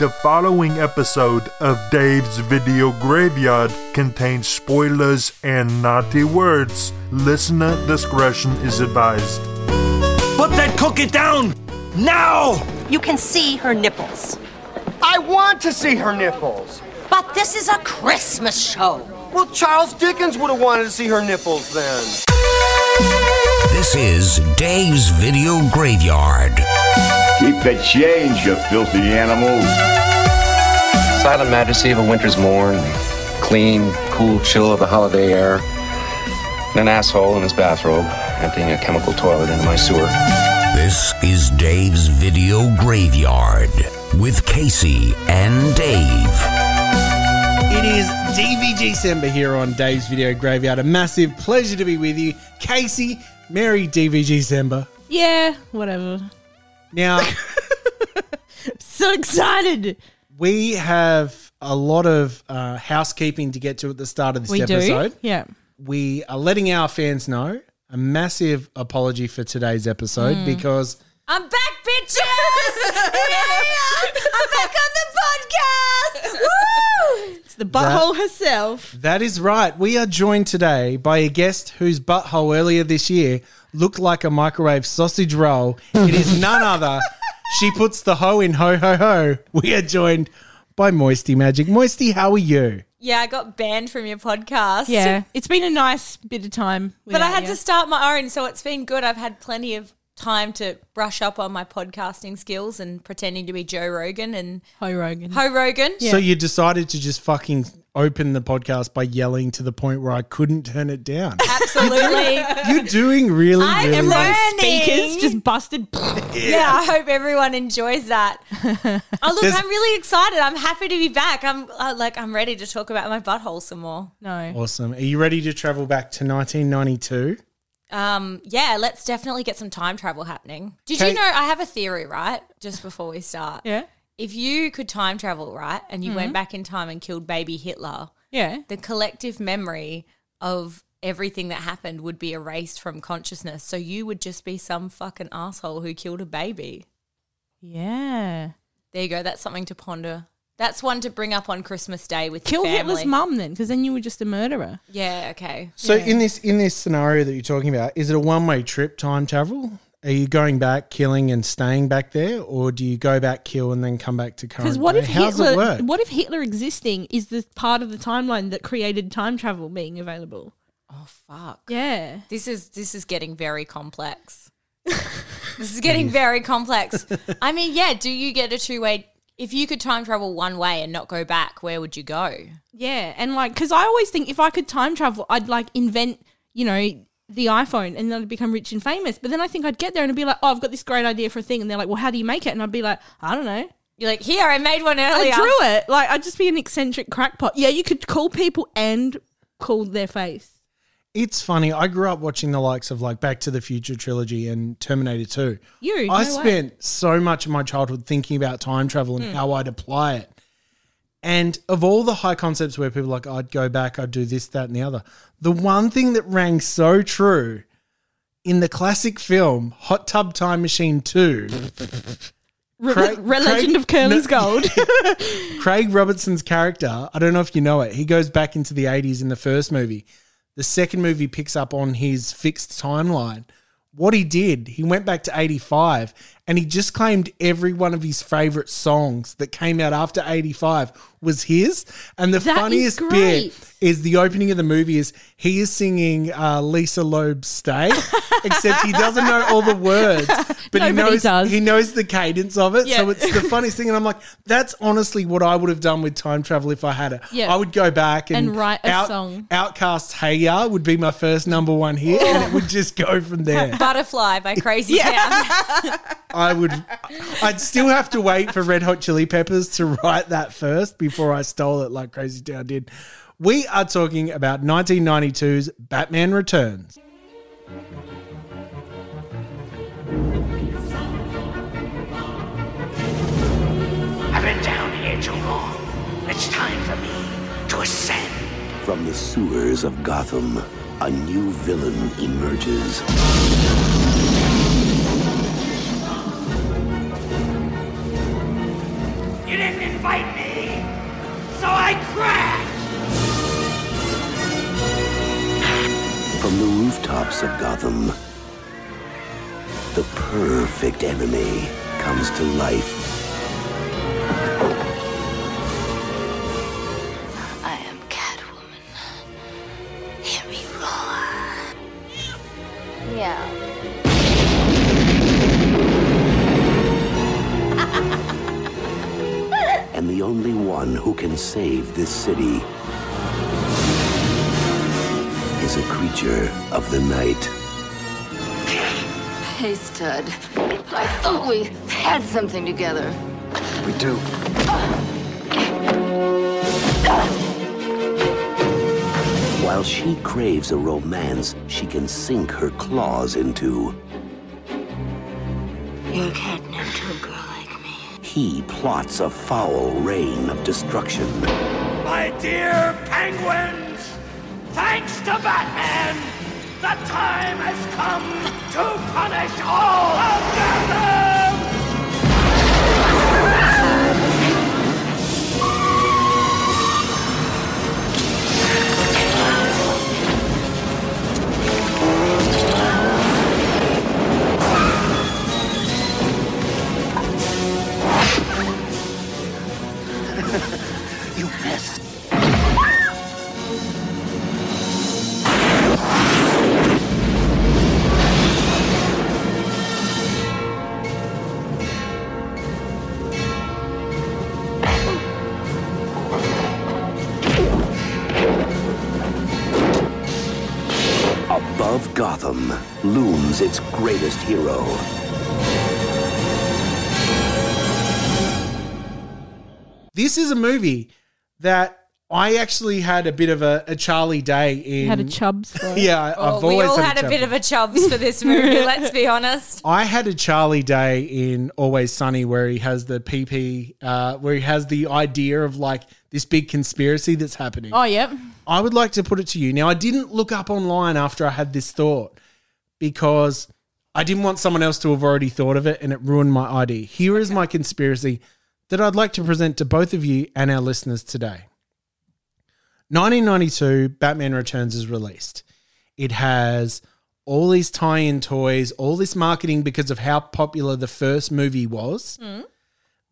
The following episode of Dave's Video Graveyard contains spoilers and naughty words. Listener discretion is advised. Put that cookie down! Now! You can see her nipples. I want to see her nipples. But this is a Christmas show. Well, Charles Dickens would have wanted to see her nipples then. This is Dave's Video Graveyard. Keep the change, you filthy animals. silent majesty of a winter's morn, the clean, cool chill of the holiday air, and an asshole in his bathrobe emptying a chemical toilet into my sewer. This is Dave's Video Graveyard with Casey and Dave. It is DVG Sember here on Dave's Video Graveyard. A massive pleasure to be with you, Casey. Merry DVG Sember. Yeah, whatever. Now So excited. we have a lot of uh, housekeeping to get to at the start of this We episode. do. Yeah. We are letting our fans know a massive apology for today's episode because Hmm. I'm back, bitches! yeah! I'm back on the podcast! Woo! It's the butthole herself. that is right. We are joined today by a guest whose butthole earlier this year looked like a microwave sausage roll. It is none other. She puts the hoe in ho ho ho. We are joined by Moisty Magic. Moisty, how are you? Yeah, I got banned from your podcast. Yeah. It's been a nice bit of time. But I without had you. to start my own, so it's been good. I've had plenty of time to brush up on my podcasting skills and pretending to be Joe Rogan and Ho Rogan. Ho Rogan. So you decided to just fucking open the podcast by yelling to the point where I couldn't turn it down. Absolutely. You're doing really, I really am well. learning. Speakers just busted. yeah, I hope everyone enjoys that. oh, look, There's- I'm really excited. I'm happy to be back. I'm uh, like, I'm ready to talk about my butthole some more. no. Awesome. Are you ready to travel back to 1992? Um, yeah, let's definitely get some time travel happening. Did Okay. you know I have a theory, right? Just before we start. Yeah. Mm-hmm. If you could time travel, right, and you went back in time and killed baby Hitler, Yeah. the collective memory of everything that happened would be erased from consciousness. So you would just be some fucking asshole who killed a baby. Yeah. There you go. That's something to ponder. That's one to bring up on Christmas Day with Kill your family. Hitler's mum then, because then you were just a murderer. Yeah. Okay. So in this in this scenario that you're talking about, is it a one way trip time travel? Are you going back, killing, and staying back there, or do you go back, kill, and then come back to current? Because what day? if How does it Hitler? work? What if Hitler existing is the part of the timeline that created time travel being available? Oh fuck. Yeah. This is this is getting very complex. this is getting very complex. I mean, yeah. Do you get a two way? If you could time travel one way and not go back, where would you go? Yeah, and like, because I always think if I could time travel, I'd like invent, you know, the iPhone, and then I'd become rich and famous. But then I think I'd get there and I'd be like, oh, I've got this great idea for a thing, and they're like, well, how do you make it? And I'd be like, I don't know, You're like, here, I made one earlier. I drew it. Like, I'd just be an eccentric crackpot. Yeah, you could call people and call their face. It's funny. I grew up watching the likes of like Back to the Future trilogy and Terminator Two. You, I no way. spent so much of my childhood thinking about time travel Hmm. and how I'd apply it. And of all the high concepts where people are like, I'd go back, I'd do this, that, and the other, the one thing that rang so true in the classic film Hot Tub Time Machine 2, Re- Craig- Re- Legend of Curly's Gold. Craig Robertson's character, I don't know if you know it, he goes back into the 80s in the first movie. The second movie picks up on his fixed timeline. What he did, he went back to 85 and he just claimed every one of his favorite songs that came out after 85 was his. And the That is funniest bit great. is the opening of the movie is he is singing uh, Lisa Loeb's Stay, except he doesn't know all the words, but he Nobody knows does. he knows the cadence of it. So Yeah. it's the funniest thing. And I'm like, that's honestly what I would have done with time travel if I had it. Yeah. I would go back and, And write a song. Outcast Hey Ya would be my first number one hit, and it would just go from there. Butterfly by Crazy Town. I would, I'd still have to wait for Red Hot Chili Peppers to write that first before I stole it like Crazy Town did. We are talking about 1992's Batman Returns. I've been down here too long. It's time for me to ascend. From the sewers of Gotham, a new villain emerges. You You didn't invite me, so I crashed! From the rooftops of Gotham, the perfect enemy comes to life. I am Catwoman. Hear me roar. Yeah. and the only one who can save this city is a creature of the night. Hey, stud. I thought we had something together. We do. While she craves a romance she can sink her claws into, You can't know to a girl like me. he plots a foul reign of destruction. My dear penguins, thanks to Batman, the time has come to punish all of Gotham! You missed. Above Gotham looms its greatest hero. This is a movie that I actually had a bit of a, a Charlie Day in. Had a chubs. For Yeah, I, Well, I've Oh, we always all had, had a bit chubby. of a chubs for this movie, let's be honest. I had a Charlie Day in Always Sunny where he has the PP, uh, where he has the idea of like this big conspiracy that's happening. Oh yep. I would like to put it to you. Now, I didn't look up online after I had this thought because I didn't want someone else to have already thought of it and it ruined my idea. Here is my conspiracy that I'd like to present to both of you and our listeners today. 1992, Batman Returns is released. It has all these tie in toys, all this marketing because of how popular the first movie was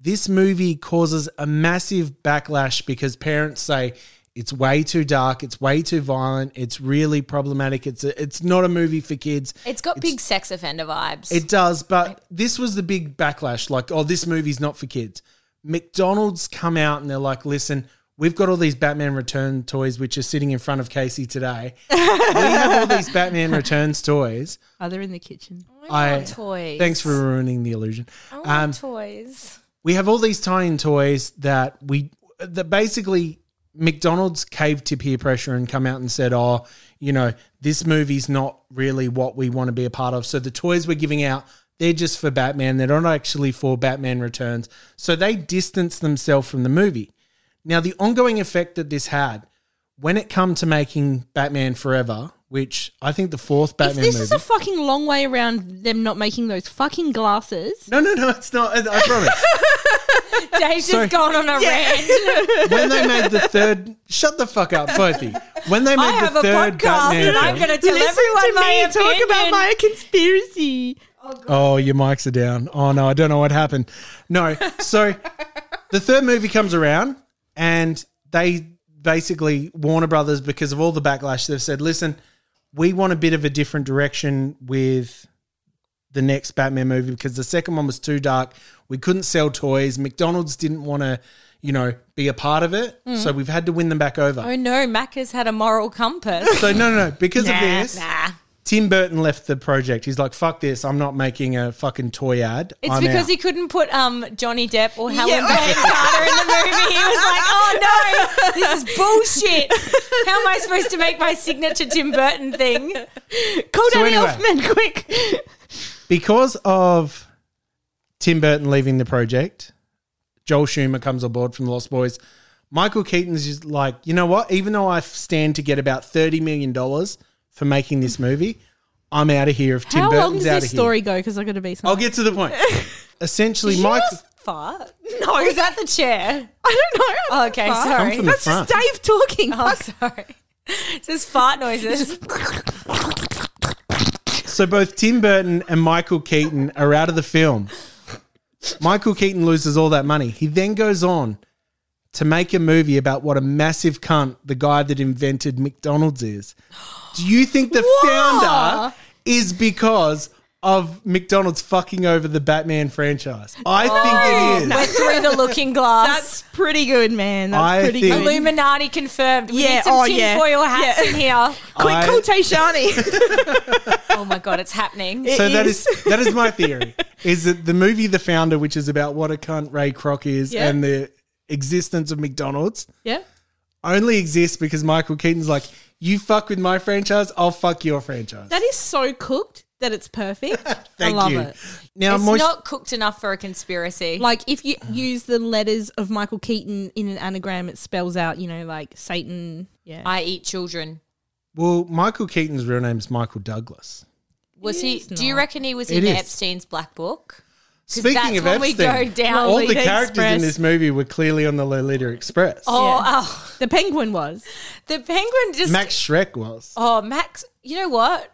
this movie causes a massive backlash because parents say it's way too dark, it's way too violent, it's really problematic, it's a, it's not a movie for kids. It's got big sex offender vibes. It does, but this was the big backlash like oh this movie's not for kids. McDonald's come out and they're like listen, we've got all these Batman Return toys which are sitting in front of Casey today. we have all these Batman Returns toys. Oh, they're in the kitchen. I toys. Thanks for ruining the illusion. Um, I want toys. we have all these tie-in toys that we that basically McDonald's caved to peer pressure and come out and said, "Oh, you know, this movie's not really what we want to be a part of." So the toys we're giving out, they're just for Batman. They're not actually for Batman Returns. So they distance themselves from the movie. Now, the ongoing effect that this had when it come to making Batman Forever, which I think the fourth If Batman this movie. is a fucking long way around them not making those fucking glasses. no, no, no, it's not. I promise. Dave's Sorry. just gone on a rant. when they made the third, shut the fuck up, both of you. When they made I have the a third podcast Batman and I'm film- going to tell everyone my opinion. conspiracy. oh, your mics are down. Oh no, I don't know what happened. No, so the third movie comes around, and they basically Warner Brothers, because of all the backlash, they've said, "Listen, we want a bit of a different direction with." The next Batman movie because the second one was too dark. We couldn't sell toys. McDonald's didn't want to, you know, be a part of it. So we've had to win them back over. Mm. Oh no, Mac has had a moral compass. So no, no, no. Because of Nah, this, nah. Tim Burton left the project. He's like, "Fuck this! I'm not making a fucking toy ad." It's I'm because out." he couldn't put um, Johnny Depp or Helen Bonham Carter in the movie. He was like, "Oh no, this is bullshit. How am I supposed to make my signature Tim Burton thing?" Call So Danny anyway. Elfman quick. because of Tim Burton leaving the project. Joel Schumer comes aboard from the Lost Boys. Michael Keaton's just like, you know what? Even though I stand to get about thirty million dollars for making this movie, I'm out of here. If Tim How long Burton's does out of this here, story go? Because I got to be. I'll get to the point. Essentially, Mike. Just fart? No, Oh, is that the chair? I don't know. Oh, okay, Fart? sorry. That's just Dave talking. Oh, sorry. It's just fart noises. So both Tim Burton and Michael Keaton are out of the film. Michael Keaton loses all that money. He then goes on to make a movie about what a massive cunt the guy that invented McDonald's is. Do you think the founder is because of McDonald's fucking over the Batman franchise? I Oh. think it is. We're Oh. through the looking glass. That's pretty good, man. That's I pretty think- good. Illuminati confirmed. We Yeah, need some oh, yeah. tinfoil hats Yeah. in here. Quick, I- call Tayshani. Oh my god, it's happening. It so that is. is that is my theory. Is that the movie The Founder, which is about what a cunt Ray Kroc is Yeah. and the existence of McDonald's, yeah. only exists because Michael Keaton's like, you fuck with my franchise, I'll fuck your franchise. That is so cooked that it's perfect. Thank I love you. it. Now, it's moist- not cooked enough for a conspiracy. Like if you use the letters of Michael Keaton in an anagram, it spells out, you know, like Satan. Yeah. I eat children. well, Michael Keaton's real name is Michael Douglas. Was he? It's Do you not. reckon he was It in is. Epstein's black book? Speaking that's of when we Epstein, go down all the Lolita characters in Express. this movie were clearly on the Lolita Express. Oh, Yeah. oh, the penguin was. the penguin just. Max Shrek was. Oh, Max. You know what?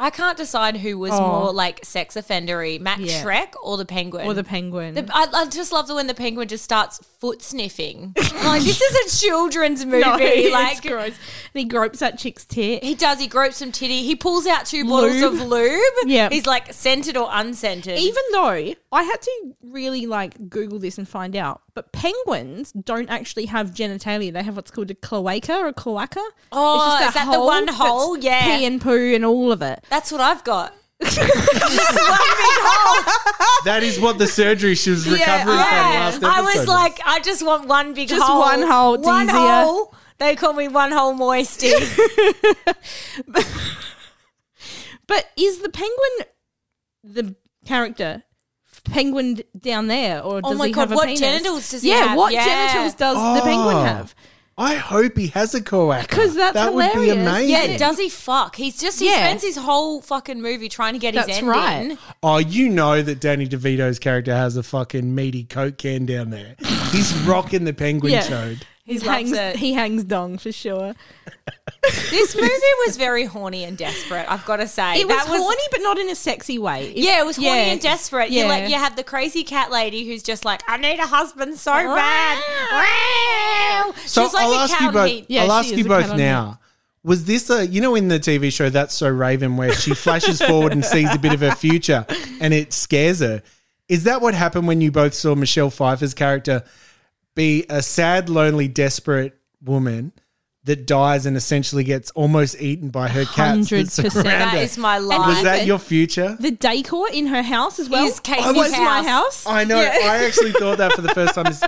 I can't decide who was Oh. more like sex offendery, Max Yeah. Shrek or the penguin. Or the penguin. The- I, I just love the when the penguin just starts foot sniffing. I'm like this is a children's movie. no, it's like gross. And he gropes that chick's tit. He does. He gropes some titty. He pulls out two bottles Lube. of lube. Yeah. He's like scented or unscented. Even though I had to really like Google this and find out, but penguins don't actually have genitalia. They have what's called a cloaca or a cloaca. Oh, is that the one that's hole? Yeah. Pee and poo and all of it. That's what I've got. that is what the surgery she was recovering from last episode. I was like, I just want one big Just hole. one hole, it's One easier. hole. They call me one hole moisty. But is the penguin the character penguin down there, or does my he God, have a what penis? genitals does he yeah, have? what Yeah. genitals does the penguin Oh. have? I hope he has a cloaca. 'Cause that's that would be hilarious. amazing. yeah, does he fuck? He's just he Yeah. spends his whole fucking movie trying to get his That's end right. in. Oh, you know that Danny DeVito's character has a fucking meaty coke can down there. He's rocking the penguin Yeah. toad. He He loves hangs, it. he hangs dong for sure. this movie was very horny and desperate. I've got to say It was, That horny, but not in a sexy way. It- Yeah, it was horny yeah. and desperate. You Yeah. like you have the crazy cat lady who's just like, I need a husband so bad. Wow. So She's like I'll a ask cow you to both. me. Yeah, I'll she ask is you a both cat on now. Was this a you know in the TV show That's So Raven where she flashes forward and sees a bit of her future and it scares her? Is that what happened when you both saw Michelle Pfeiffer's character be a sad, lonely, desperate woman that dies and essentially gets almost eaten by her cats? that 100%. surround That her? is my life. Was that your future? The decor in her house as well. Is Casey's It Oh, was my house. house. I know. I actually thought that for the first time. This,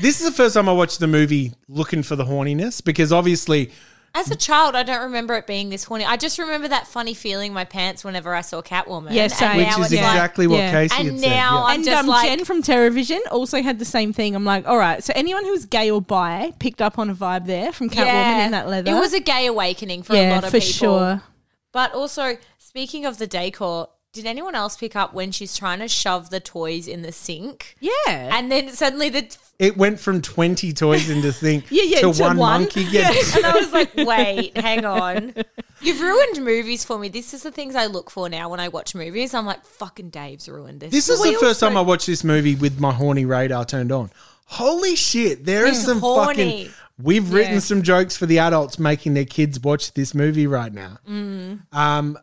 this is the first time I watched the movie looking for the horniness because obviously, As a child, I don't remember it being this horny. I just remember that funny feeling in my pants whenever I saw Catwoman. Yeah, same. And which now is it's like- exactly what yeah. Casey had and said. now yeah. I'm and just um, like, Jen from TerraVision also had the same thing. I'm like, all right, so anyone who was gay or bi picked up on a vibe there from Catwoman yeah. in that leather. It was a gay awakening for yeah, a lot of for people. sure. But also, speaking of the decor, did anyone else pick up when she's trying to shove the toys in the sink? Yeah, And then suddenly the It went from 20 toys into thing Yeah, yeah, to, to one, one. monkey. Yeah. And I was like, wait, hang on. You've ruined movies for me. This is the things I look for now when I watch movies. I'm like, fucking Dave's ruined this. This is We the first also- time I watched this movie with my horny radar turned on. Holy shit, there is Yeah. some Horny. fucking. We've written Yeah. some jokes for the adults making their kids watch this movie right now. Mm. Um,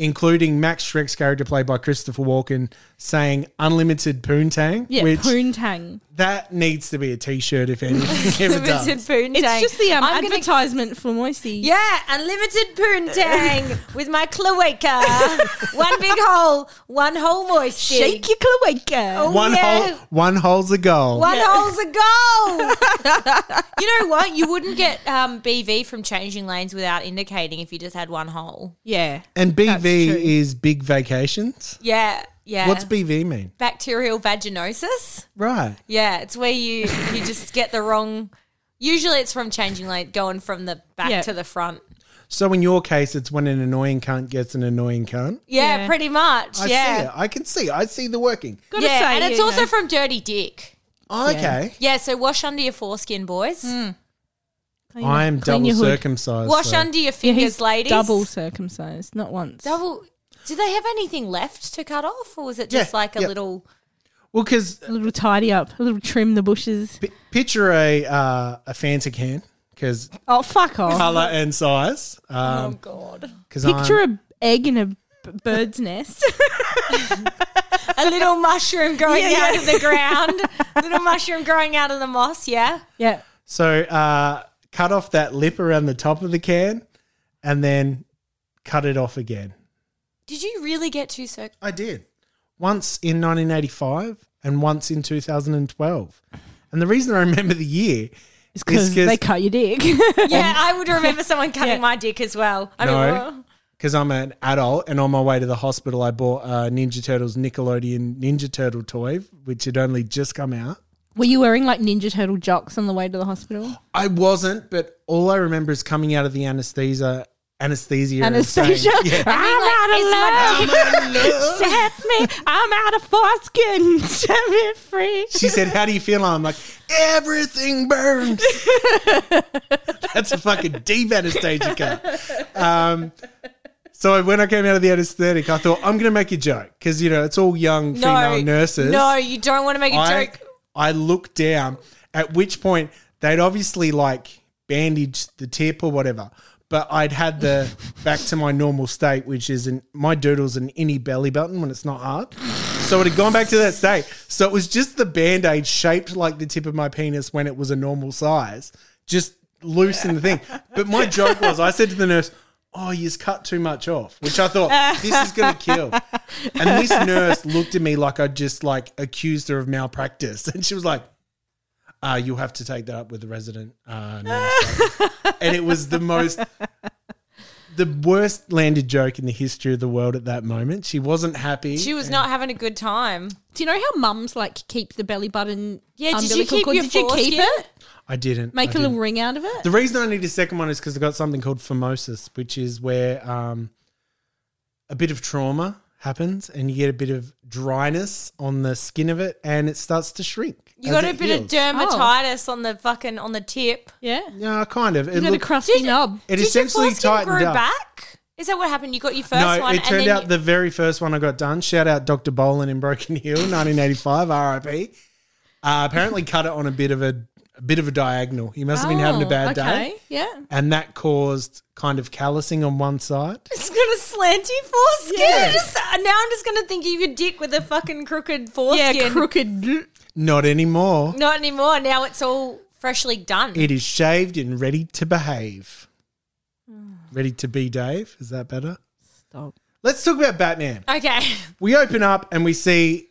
including Max Shrek's character played by Christopher Walken saying unlimited poontang, yeah, which poontang. that needs to be a t shirt if anything ever does. Unlimited poontang. It's just the um, I'm gonna- advertisement for Moisey. yeah, unlimited poontang with my cloaca. one big hole, one hole moisty. shake your cloaca. Oh, One yeah. hole, one hole's a goal. One hole's a goal. you know what? You wouldn't get um, BV from changing lanes without indicating if you just had one hole. Yeah, And BV That's true. is big vacations. Yeah, yeah. What's BV mean? bacterial vaginosis? Right. Yeah, it's where you you just get the wrong. Usually, it's from changing lane, going from the back Yeah. to the front. So in your case, it's when an annoying cunt gets an annoying cunt. Yeah, pretty much. I see it. yeah. I can see. I see the working. yeah, say, and it's you also know. from Dirty Dick. Oh, okay. Yeah, so wash under your foreskin, boys. I Clean am double your hood. circumcised. Wash so- under your Yeah, fingers, he's ladies. double circumcised, not once. Double. Do they have anything left to cut off, or was it just Yeah, like a yeah. little? Well, because A little tidy up, a little trim the bushes. p- picture a uh, a Fanta can because Oh, fuck off. color and size. Um, God, 'cause Picture I'm- a egg in a b- bird's nest. a little mushroom growing Yeah, out yeah. of the ground, little mushroom growing out of the moss. Yeah, yeah. So uh, cut off that lip around the top of the can, and then cut it off again. Did you really get two circ? I did. Once in 1985 and once in 2012. And the reason I remember the year is Because they cut your dick. Yeah, I would remember someone cutting my dick as well. I No, mean, because I'm an adult and on my way to the hospital, I bought uh, Ninja Turtles Nickelodeon Ninja Turtle toy, which had only just come out. Were you wearing like Ninja Turtle jocks on the way to the hospital? I wasn't, but all I remember is coming out of the anesthesia. Anesthesia. and saying- Anesthesia. Yeah. I'm out of love. Set me. I'm out of foreskin. Set me free. She said, How do you feel? I'm like, Everything burns. That's a fucking deep anesthesia cut. Um, so when I came out of the anesthetic, I thought, I'm going to make a joke because, you know, it's all young no, female nurses. No, you don't want to make a I, joke. I looked down, at which point they'd obviously like bandaged the tip or whatever. But I'd had the back to my normal state, which is an, my doodle's an innie belly button when it's not hard. So it had gone back to that state. So it was just the band aid shaped like the tip of my penis when it was a normal size, just loose in the thing. But my joke was I said to the nurse, Oh, you've cut too much off, which I thought, this is going to kill. And this nurse looked at me like I just like accused her of malpractice. And she was like, uh, you'll have to take that up with the resident uh, nurse. and it was the most, the worst landed joke in the history of the world at that moment. She wasn't happy. She was not having a good time. Do you know how mums like keep the belly button? Yeah, did you umbilical keep cord? your Did you keep foreskin? it? I didn't. Make I a didn't. little ring out of it. The reason I need a second one is because I've got something called phimosis, which is where um, a bit of trauma happens and you get a bit of dryness on the skin of it and it starts to shrink. You as got a it bit of heals. dermatitis on the fucking on the tip. yeah, Yeah, kind of. It you got a looked- crusty knob. It Did essentially your foreskin tightened grow up. back? Is that what happened? You got your first no, one. it turned and then out you- the very first one I got done. Shout out Dr. Bolan in Broken Hill, 1985, RIP. Uh, apparently, cut it on a bit of a, a bit of a diagonal. He must have been having a Oh, bad okay. day, Yeah. and that caused kind of callousing on one side. It's got a slanty foreskin. Yeah. Just- uh, now I'm just gonna think of your dick with a fucking crooked Yeah, foreskin. crooked. Not anymore. Not anymore. Now it's all freshly done. It is shaved and ready to behave. Ready to be Dave. Is that better? Mm. Stop. Let's talk about Batman. okay. We open up and we see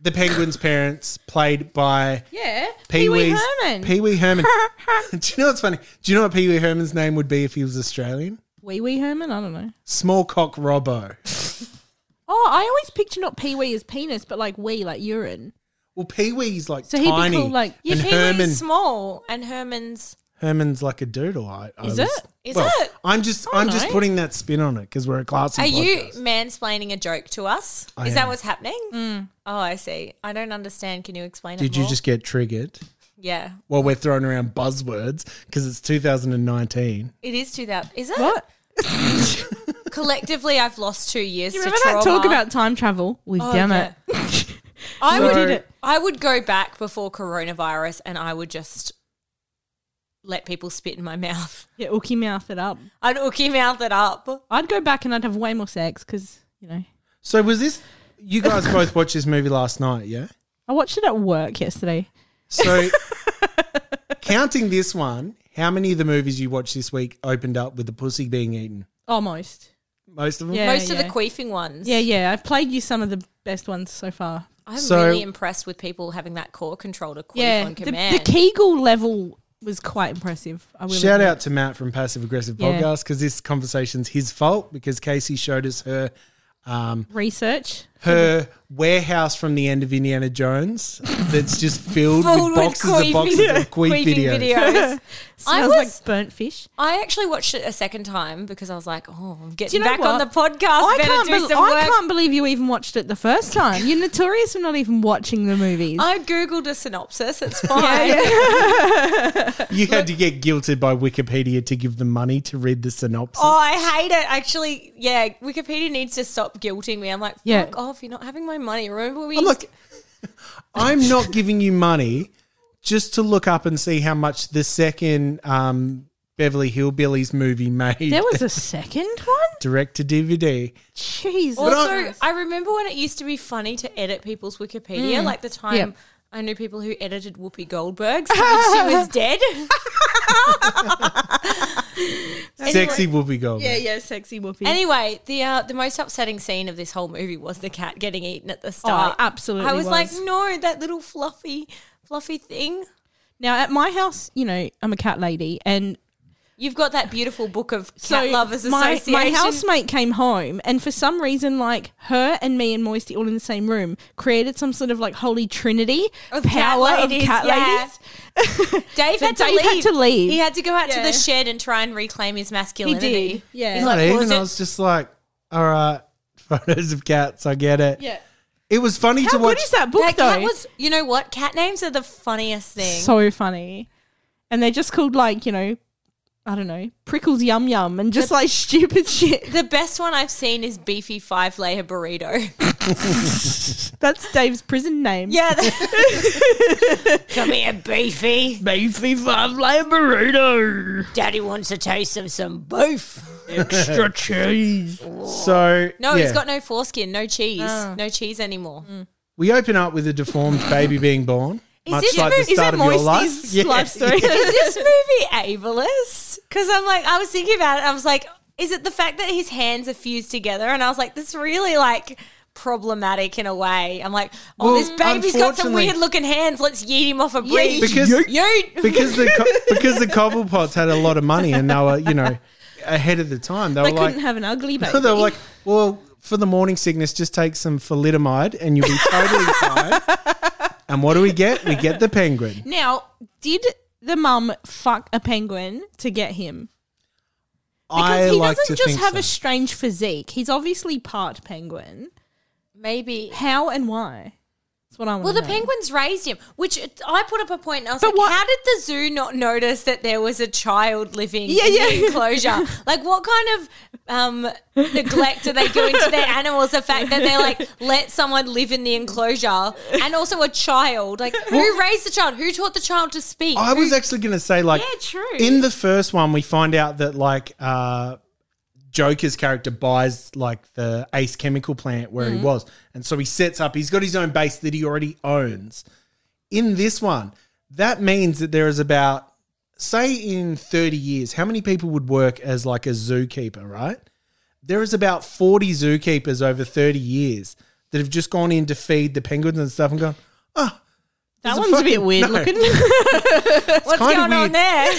the Penguin's parents, played by Yeah. Pee Pee-wee Wee's Herman. Pee Wee Herman. Do you know what's funny? Do you know what Pee Wee Herman's name would be if he was Australian? Wee Wee Herman. I don't know. Small cock Robbo. Oh, I always picture not Pee Wee as penis, but like wee, like urine. Well, Pee Wee's like So he'd be tiny. called, like- Yeah, and Pee Herman. Wee's small and Herman's. Herman's like a doodle. I, I Is was- it? Is well, it? I'm just I I'm don't just know. putting that spin on it because we're a classy. Are you podcast. mansplaining a joke to us? I Is that am. what's happening? Mm. Oh, I see. I don't understand. Can you explain it? Did you more? just get triggered? Yeah. Well, we're throwing around buzzwords because it's 2019. It is 2000. Is it? What? Collectively, I've lost two years You to remember trauma. that talk about time travel? We've Oh, done yeah. it. I So- would, Did it. I would go back before coronavirus and I would just let people spit in my mouth. Yeah, ookie mouth it up. I'd ookie mouth it up. I'd go back and I'd have way more sex because you know So was this? You guys both watched this movie last night, yeah? I watched it at work yesterday. So counting this one, how many of the movies you watched this week opened up with the pussy being eaten? Almost. Most of them. Yeah, Most of yeah. the queefing ones. Yeah, yeah. I played you some of the best ones so far. I'm So- really impressed with people having that core control to queef yeah, on the, command. the Kegel level was quite impressive. I will Shout admit. out to Matt from Passive Aggressive Yeah. Podcast because this conversation's his fault because Casey showed us her um, research. her warehouse from the end of Indiana Jones that's just filled Filled with with boxes queefy- and boxes of queef queefing videos. videos. Smells like burnt fish. I actually watched it a second time because I was like, oh, I'm Do getting you know back on the what? podcast. I better can't, do bel- some I work. can't believe you even watched it the first time. You're notorious for not even watching the movies. I googled a synopsis. It's fine. You had to get guilted by Wikipedia to give them money to read the synopsis. Oh, I hate it. Actually, yeah, Wikipedia needs to stop guilting me. I'm like, fuck Yeah. off. You're not having my money. Remember we Oh, look. used I'm not giving you money just to look up and see how much the second um, Beverly Hillbillies movie made. there was a second one. direct to DVD. Jesus. Also, I, remember when it used to be funny to edit people's Wikipedia, Mm. like the time Yep. I knew people who edited Whoopi Goldberg's when she was dead. Sexy Whoopi Goldberg. yeah, sexy whoopee. Anyway, the uh, the most upsetting scene of this whole movie was the cat getting eaten at the Oh, start. it absolutely. I was, like, no, that little fluffy, fluffy thing. now at my house, you know, I'm a cat lady, and You've got that beautiful book of cat so lovers my, association. my housemate came home, and for some reason, like her and me and Moisty all in the same room created some sort of like holy trinity Of cat power ladies, of cat yeah. ladies. Dave, So had, to Dave leave. had to leave. He had to go out to Yeah. the shed and try and reclaim his masculinity. did, yeah. He's Not like, even. "Was I it- was just like, all right, photos of cats. I get it. Yeah. It was funny How to good watch. is that book That though? cat was, you know what? Cat names are the funniest thing. so funny, and they're just called like you know, I don't know, prickles yum yum, and just like stupid shit. the best one I've seen is beefy five layer burrito. That's Dave's prison name. Yeah. Come here, beefy. Beefy five layer burrito. Daddy wants a taste of some beef. Extra cheese. So No, yeah. he's got no foreskin, no cheese, Oh. no cheese anymore. We open up with a deformed baby being born. Is much this like mo- the is start it of your life. Moisty's life story? is this movie ableist? Because I'm like, I was thinking about it. I was like, is it the fact that his hands are fused together? And I was like, this really like problematic in a way. I'm like, oh, Well, this baby's got some unfortunately- weird looking hands. Let's yeet him off a bridge. Because- Yeet. because the co- because the Cobblepots had a lot of money and they were you know ahead of the time. They, They were like couldn't have an ugly baby. they were like, well, for the morning sickness, just take some thalidomide and you'll be totally fine. And what do we get? We get the penguin. Now, did the mum fuck a penguin to get him? Because I he like doesn't to just think have so. a strange physique. He's obviously part penguin. Maybe. How and why? That's what I want Well, to the know. penguins raised him, which it- I put up a point and I was But like, what- how did the zoo not notice that there was a child living Yeah, in yeah. the enclosure? like, what kind of um, neglect do they do into their animals? The fact that they like let someone live in the enclosure and also a child. Like, who raised the child? Who taught the child to speak? I was Who- actually going to say like Yeah, true. in the first one we find out that like uh Joker's character buys like the Ace Chemical plant where he Mm-hmm. Mhm. was and so he sets up he's got his own base that he already owns. In this one that means that there is about say in 30 years how many people would work as like a zookeeper, right? There is about 40 zookeepers over 30 years that have just gone in to feed the penguins and stuff and gone, that there's a one's a bit fucking- weird no. looking. What's kinda going on weird. there?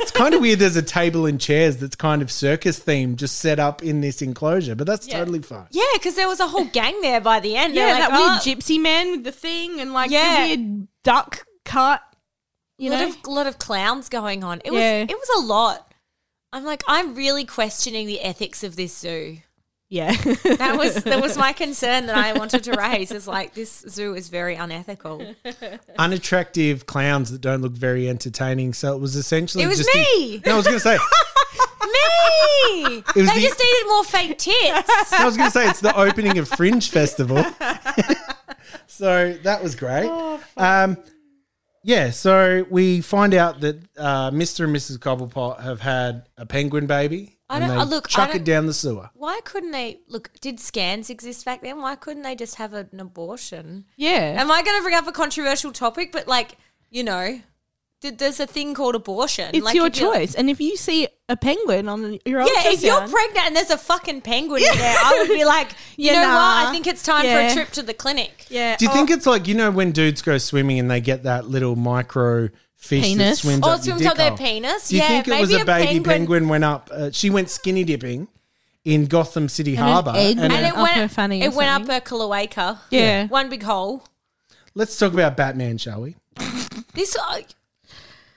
It's kind of weird. There's a table and chairs that's kind of circus themed, just set up in this enclosure, but that's totally fine. Yeah, because there was a whole gang there by the end. yeah, They're that like, weird "Oh, gypsy man with the thing and like Yeah. the weird duck cut. You lot know, of lot of clowns going on. It Yeah. was it was a lot. I'm like, I'm really questioning the ethics of this zoo. yeah. That was that was my concern that I wanted to raise. Is like this zoo is very unethical. Unattractive clowns that don't look very entertaining. So it was essentially It was just the- me. no, I was going to say. Me, It was they the- just needed more fake tits. no, I was going to say it's the opening of Fringe Festival. so that was great. Oh, um, yeah, so we find out that uh, Mr. and Mrs. Cobblepot have had a penguin baby. I and don't- they uh, look, I chuck it don't- down the sewer. Why couldn't they look? Did scans exist back then? Why couldn't they just have an abortion? Yeah. Am I going to bring up a controversial topic? But like, you know, did, there's a thing called abortion. it's like your if you're- choice. And if you see a penguin on your own, Yeah, if you're playground- pregnant and there's a fucking penguin in there, I would be like, you Yeah, know what? nah. I think it's time for Yeah. a trip to the clinic. yeah. Oh. Do you think it's like you know when dudes go swimming and they get that little micro fish that Penis. swims Oh, up, it your swims dick up their hole? penis? Do you Yeah, think it was maybe a a baby penguin, penguin- went up? Uh, she went skinny dipping, in Gotham City And an Harbor. egg and went a- up her fanny or It went up a cloaca. Yeah. One big hole. let's talk about Batman, shall we? This. Uh,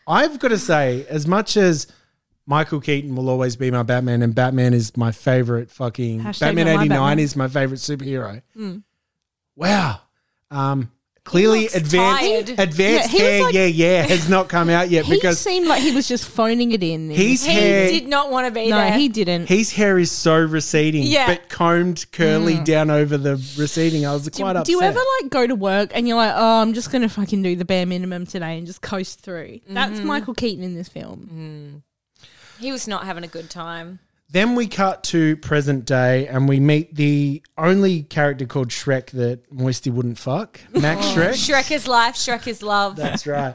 I've got to say, as much as Michael Keaton will always be my Batman, and Batman is my favorite fucking Hashtag Batman not my eighty nine Batman. is my favorite superhero. Mm. Wow. Um, clearly, looks advanced tired. advanced Yeah, he was hair, like- yeah, yeah, has not come out yet he because seemed like he was just phoning it in. His He hair- did not want to be no, there. he didn't. his hair is so receding, Yeah. but combed curly Mm. down over the receding. I was quite do, upset. do you ever like go to work and you're like, oh, I'm just gonna fucking do the bare minimum today and just coast through? That's Mhm. Michael Keaton in this film. Mm-hmm. He was not having a good time. Then we cut to present day and we meet the only character called Shrek that Moisty wouldn't fuck, Max Oh. Shrek. Shrek is life. Shrek is love. That's right.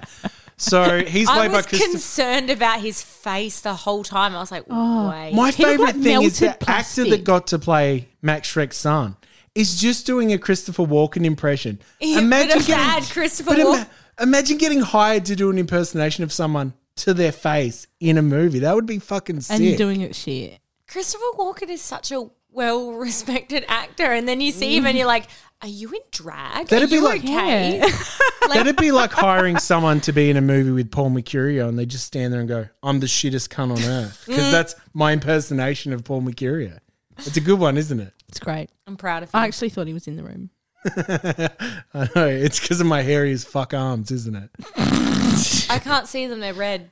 So he's I played by was Christopher. concerned about his face the whole time. I was like, wait. Oh. My favorite thing is the actor that got to play Max Shrek's son is just doing a Christopher Walken impression. Yeah, but a bad Christopher but ima- Walken. imagine getting hired to do an impersonation of someone to their face in a movie. That would be fucking sick. doing it shit. Christopher Walken is such a well respected actor, and then you see him and you're like, are you in drag? That'd are be you like- okay? That'd be like hiring someone to be in a movie with Paul Mercurio and they just stand there and go, I'm the shittest cunt on earth. Because Mm. that's my impersonation of Paul Mercurio. It's a good one, isn't it? It's great. I'm proud of him. I actually thought he was in the room. I know. It's because of my hairy as fuck arms, isn't it? I can't see them, they're red.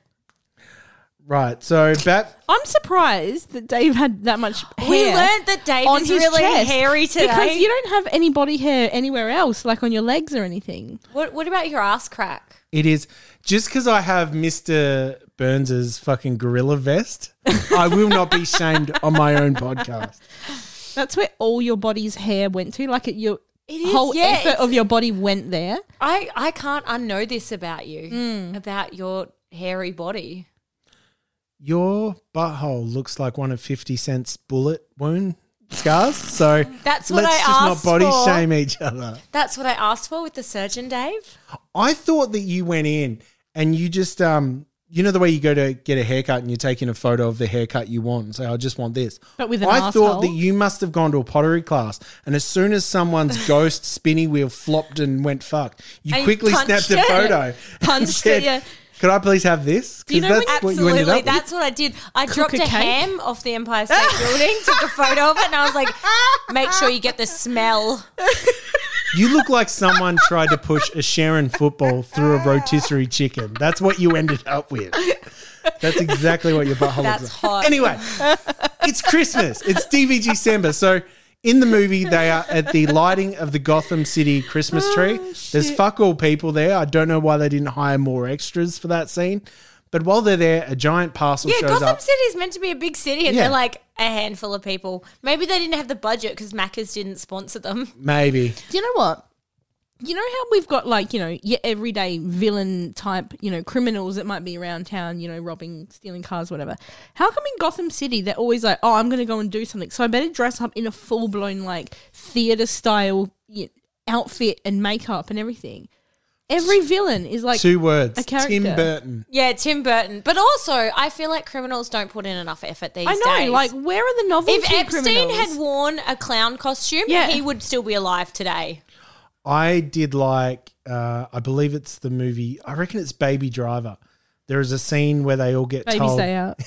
Right. So, Bat. I'm surprised that Dave had that much hair. We learned that Dave on is his really chest hairy today. Because you don't have any body hair anywhere else, like on your legs or anything. What, what about your ass crack? It is just because I have Mr. Burns's fucking gorilla vest, I will not be shamed on my own podcast. That's where all your body's hair went to. Like it, your is, whole yeah, effort it's- of your body went there. Mm. I, I can't unknow this about you, about your hairy body. Your butthole looks like one of 50 Cent's bullet wound scars. So That's what let's I just not asked body for. shame each other. That's what I asked for with the surgeon, Dave. I thought that you went in and you just um you know the way you go to get a haircut and you're taking a photo of the haircut you want and say, I just want this. But with an I thought asshole. that you must have gone to a pottery class and as soon as someone's ghost spinny wheel flopped and went fucked, you And you quickly punched snapped a it. photo. and Punched it, said, yeah. Could I please have this? Do you know that's when- absolutely? that's what I did. I Cook dropped a a, cake? ham off the Empire State Building, took a photo of it, and I was like, "Make sure you get the smell." You look like someone tried to push a Sharon football through a rotisserie chicken. That's what you ended up with. That's exactly what your butthole That's looks hot. like. Anyway, it's Christmas. It's DVG Samba. So in the movie, they are at the lighting of the Gotham City Oh, Christmas tree. There's fuck all people there. I don't know why they didn't hire more extras for that scene. But while they're there, a giant parcel Yeah, shows Gotham up. City is meant to be a big city, and Yeah. they're like a handful of people. Maybe they didn't have the budget because Macca's didn't sponsor them. Maybe. Do you know what? You know how we've got like, you know, your everyday villain type, you know, criminals that might be around town, you know, robbing, stealing cars, whatever. How come in Gotham City they're always like, oh, I'm going to go and do something. So I better dress up in a full blown like theater style y outfit and makeup and everything. Every villain is like Two words. a character. Tim Burton. Yeah, Tim Burton. But also, I feel like criminals don't put in enough effort these I know, days. like, where are the novelty if Epstein criminals? had worn a clown costume, Yeah. he would still be alive today. I did like, uh, I believe it's the movie, I reckon it's Baby Driver. There is a scene where they all get Babies told. Day Out.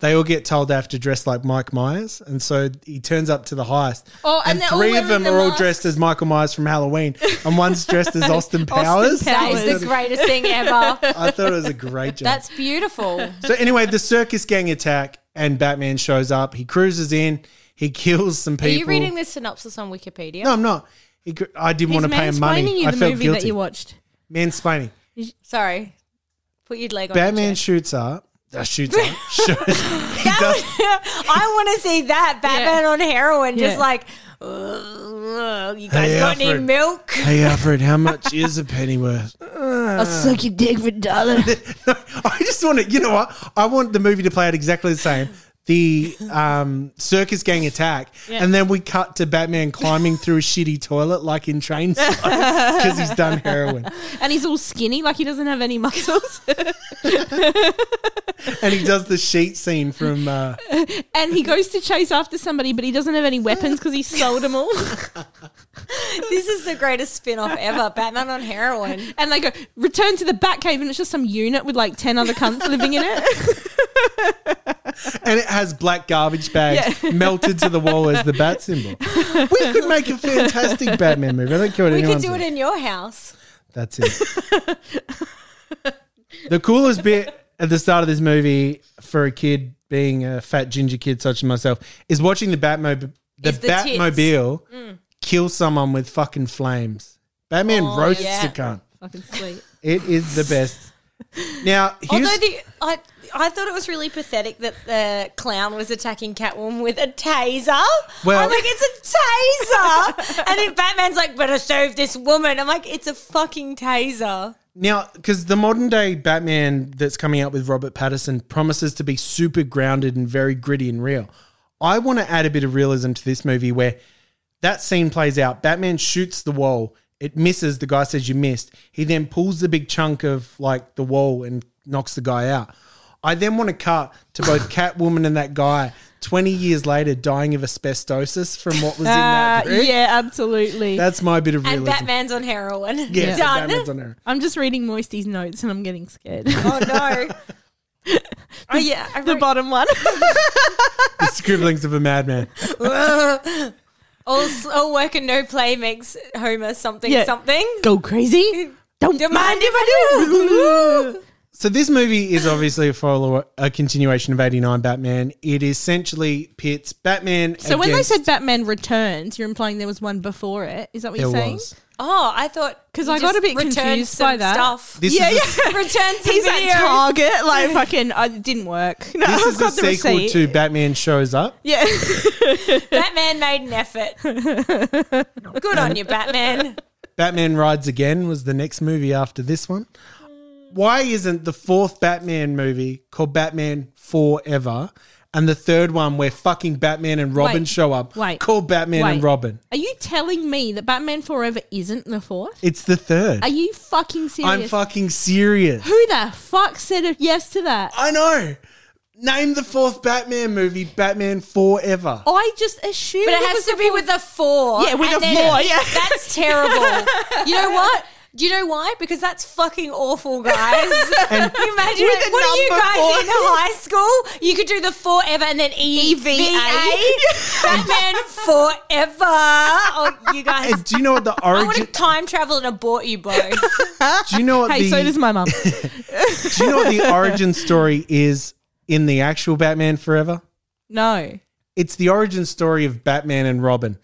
they all get told they have to dress like Mike Myers. And so he turns up to the heist. Oh, and they're all three of wearing them the are all masks. dressed as Michael Myers from Halloween. And one's dressed as Austin Powers. That I is thought the it- greatest thing ever. I thought it was a great job. That's beautiful. So anyway, the circus gang attack and Batman shows up. He cruises in. He kills some people. Are you reading the synopsis on Wikipedia? No, I'm not. He, cr- I didn't He's want to pay him money. mansplaining you I the felt movie that guilty. you watched. Mansplaining. Sorry. Put your leg on. your Batman shoots up. Uh, shoots up. Shoots. he does. chest. I want to see that Batman on heroin, just Yeah. like, "Ugh, you guys Hey, got any Alfred. milk? Hey Alfred, how much is a pennyworth? I'll suck your dick for a dollar. I just want to, you know what? I want the movie to play out exactly the same. the um, circus gang attack, Yeah. and then we cut to Batman climbing through a shitty toilet like in Train because he's done heroin and he's all skinny, like he doesn't have any muscles. and he does the sheet scene from. Uh, and he goes to chase after somebody, but he doesn't have any weapons because he sold them all. This is the greatest spin off ever Batman on heroin. and they go return to the Batcave, and it's just some unit with like ten other cunts living in it. and it has black garbage bags melted to the wall as the bat symbol. We could make a fantastic Batman movie. I don't care what We anyone could do says. it in your house. That's it. the coolest bit at the start of this movie for a kid being a fat ginger kid such as myself is watching the Batmobile the, Is the tits. Batmobile Mm. kill someone with fucking flames. Batman Oh, roasts yeah. the cunt. Fucking sweet. It is the best. Now, here's, Although the I I thought it was really pathetic that the clown was attacking Catwoman with a taser. Well- I'm like, it's a taser, and then Batman's like, better save this woman. I'm like, it's a fucking taser. Now, because the modern day Batman that's coming out with Robert Patterson promises to be super grounded and very gritty and real. I want to add a bit of realism to this movie where that scene plays out. Batman shoots the wall, it misses. The guy says, You missed. He then pulls the big chunk of like the wall and knocks the guy out. I then want to cut to both Catwoman and that guy 20 years later dying of asbestosis from what was in that. Uh, room. yeah, absolutely. That's my bit of And realism. Batman's on heroin. Yes, Done. Batman's on heroin. I'm just reading Moisty's notes and I'm getting scared. Oh no. oh yeah, I the wrote- bottom one. the scribblings of a madman. all, s- all work and no play makes Homer something Yeah. something. Go crazy. Don't Demand if I do. So this movie is obviously a follow a continuation of 89 Batman. It essentially pits Batman So when they against- said Batman Returns, you're implying there was one before it. Is that what there you're saying? was. Oh, I thought 'Cause you I got just a bit returned confused some by that. Stuff. This yeah, is yeah. Return some He's videos. at Target, like fucking. I it didn't work. No, This I've is the got the sequel receipt. to Batman Shows Up. Yeah, Batman made an effort. Good on you, Batman. Batman Rides Again was the next movie after this one. Why isn't the fourth Batman movie called Batman Forever and the third one where fucking Batman and Robin Wait, show up wait, called Batman and wait. Robin? Are you telling me that Batman Forever isn't the fourth? It's the third. Are you fucking serious? I'm fucking serious. Who the fuck said a- yes to that? I know. Name the fourth Batman movie, Batman Forever. I just assumed. But it has was to be with a four. Yeah, with And a then- four, yeah. That's terrible. You know what? Do you know why? Because that's fucking awful, guys. And- Can you imagine With it? a What are you number guys four. in high school? You could do the forever and then E EVA. Batman forever. Oh, you guys. And do you know what the I would origin? have time traveled and abort you both. Do you know what Hey, the? so does my mum. do you know what the origin story is in the actual Batman Forever? No. It's the origin story of Batman and Robin,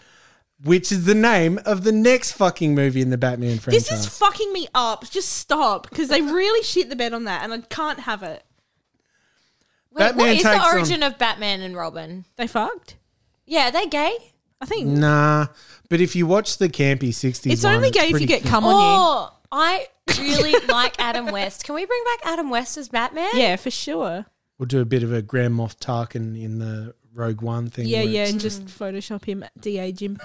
which is the name of the next fucking movie in the Batman franchise. This is fucking me up. Just stop, because they really shit the bed on that, and I can't have it. Wait, Batman what is takes the on- origin of Batman and Robin? They fucked. Yeah, they're gay. I think nah, but if you watch the campy '60s, it's only one, gay if pretty you get cool. cum on Oh, I really like Adam West. Can we bring back Adam West as Batman? you. Yeah, for sure. We'll do a bit of a Grand Moff Tarkin in the Rogue One thing. Yeah, where yeah, it's- and just Hmm. Photoshop him, de-age him.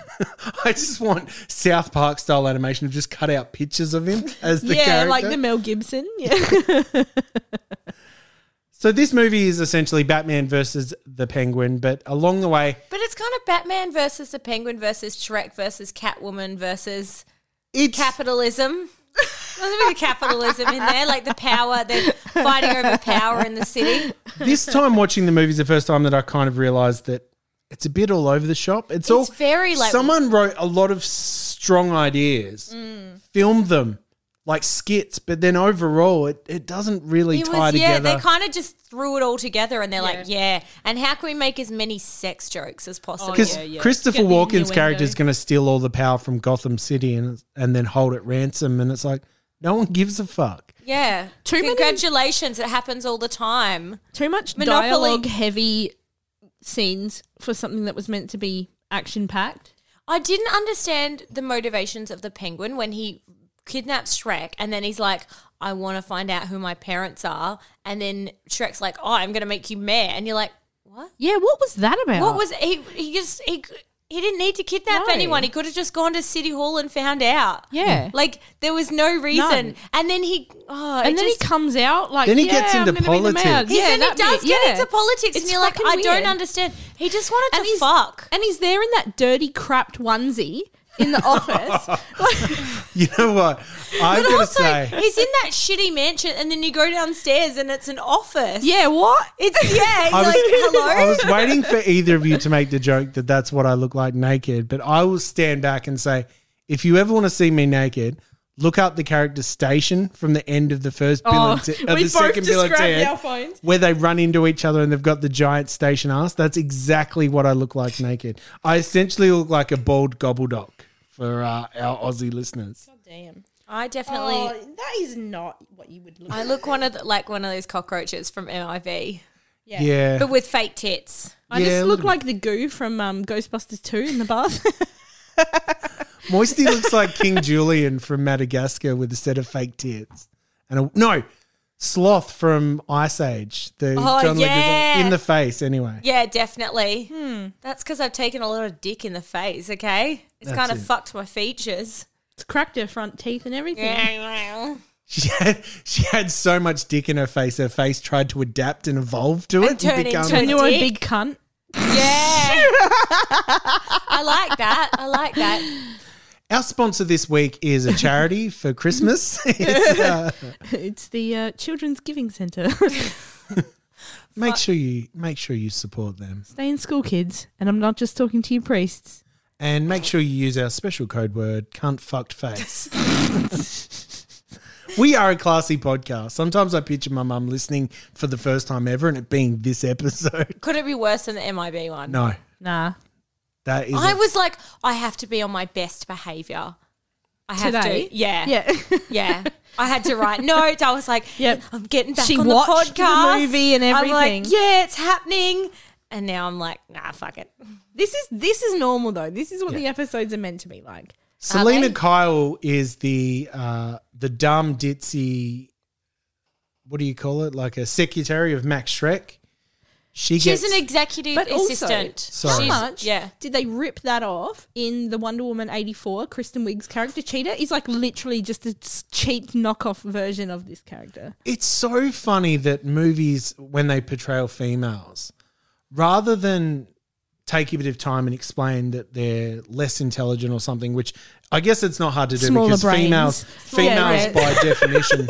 I just want South Park style animation of just cut out pictures of him as the yeah, character. like the Mel Gibson. Yeah. so this movie is essentially Batman versus the Penguin, but along the way, But it's kind of Batman versus the Penguin versus Shrek versus Catwoman versus it's capitalism. There's a bit of capitalism in there, like the power. They're fighting over power in the city. this time watching the movie's the first time that I kind of realized that it's a bit all over the shop. It's, all very, like- someone wrote a lot of strong ideas, Mm. filmed them like skits, but then overall it, it doesn't really It tie was, yeah, together. they kind of just threw it all together and they're like, yeah, and how can we make as many sex jokes as possible? because Christopher Oh, Get the Walken's character innuendo. is going to steal all the power from Gotham City and and then hold it ransom, and it's like no one gives a fuck. Yeah. Too many- Congratulations, it happens all the time. Too much Monopoly. dialogue heavy scenes for something that was meant to be action packed. I didn't understand the motivations of the penguin when he kidnaps Shrek and then he's like, I want to find out who my parents are. And then Shrek's like, Oh, I'm going to make you mayor. And you're like, What? Yeah, what was that about? What was he? He just he. He didn't need to kidnap No. anyone. He could have just gone to City Hall and found out. Yeah. Like, there was no reason. None. And then he. Oh, And it then just- he comes out like. Then he yeah, gets I'm into gonna be the mayor." politics. Yeah, yeah, and he that does bit, get yeah. into politics, It's and you're like, fucking I weird. don't understand. He just wanted And to he's- fuck. And he's there in that dirty, crapped onesie in the office. You know what? I've got But to also, say, he's in that shitty mansion, and then you go downstairs, and it's an office. Yeah, what? It's yeah. You're I was, like, hello. I was waiting for either of you to make the joke that that's what I look like naked, but I will stand back and say, if you ever want to see me naked, look up the character Station from the end of the first Bill Oh, and Te- of we the both second Bill and described Ted, our phones. where they run into each other and they've got the giant station ass. That's exactly what I look like naked. I essentially look like a bald gobbledoc for uh, our Aussie listeners. Damn. I definitely. Oh, that is not what you would look I look one of the, like one of those cockroaches from MIV, Yeah. Yeah. but with fake tits. I Yeah, a just look little like the goo from um, Ghostbusters 2 in the bath. Moisty looks like King Julian from Madagascar with a set of fake tits. And a, no, Sloth from Ice Age. The Oh, John Leguizamo- yeah. in the face anyway. Yeah, definitely. Hmm. That's because I've taken a lot of dick in the face. Okay, it's That's kind of it. fucked my features. it's cracked her front teeth and everything. Yeah. She had she had so much dick in her face. Her face tried to adapt and evolve to it turn into And a you were a Dick. big cunt. I like that. I like that. Our sponsor this week is a charity for Christmas. It's, uh, It's the uh, Children's Giving Centre. make sure you make sure you support them Stay in school, kids. And I'm not just talking to you priests. and make sure you use our special code word cunt fucked face. we are a classy podcast. Sometimes I picture my mum listening for the first time ever and it being this episode. Could it be worse than the MIB one? No, Nah. that is I a- was like, I have to be on my best behavior. I have Today? to. Yeah. Yeah. Yeah. I had to write notes. I was like, Yep. I'm getting back She on the watched the podcast. movie and I'm everything. like, yeah, it's happening. And now I'm like, nah, fuck it. This is this is normal though. This is what the episodes are meant to be like. Selena they? Kyle is the uh, the dumb ditzy. What do you call it? Like a secretary of Max Shrek. She She's gets an executive But also, assistant. Sorry. She's- How much Yeah. did they rip that off in the Wonder Woman 84? Kristen Wiig's character Cheetah is like literally just a s- cheap knockoff version of this character. it's so funny that movies when they portray females rather than take a bit of time and explain that they're less intelligent or something which i guess it's not hard to do Smaller because brains. females Smaller females brains. by definition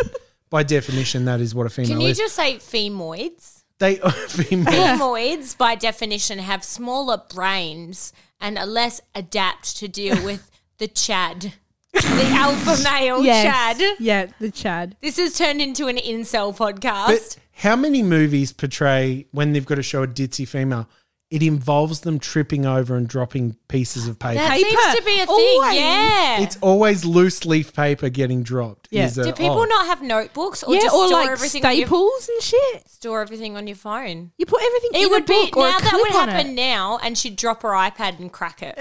by definition that is what a female Can you is just say femoids? they are female Femoids, by definition, have smaller brains and are less adapt to deal with the Chad, the alpha male Oh, Chad. Yeah, the Chad. This has turned into an incel podcast. But how many movies portray when they've got to show a ditzy female? It involves them tripping over and dropping pieces of paper. that Paper. seems to be a thing. Always. Yeah. it's always loose leaf paper getting dropped. Yeah. Is a- Do people oh. not have notebooks or yeah, just or store like everything on your, staples and shit. store everything on your phone? You put everything It in would a be book or now a that clip would on happen it. now, and she'd drop her iPad and crack it.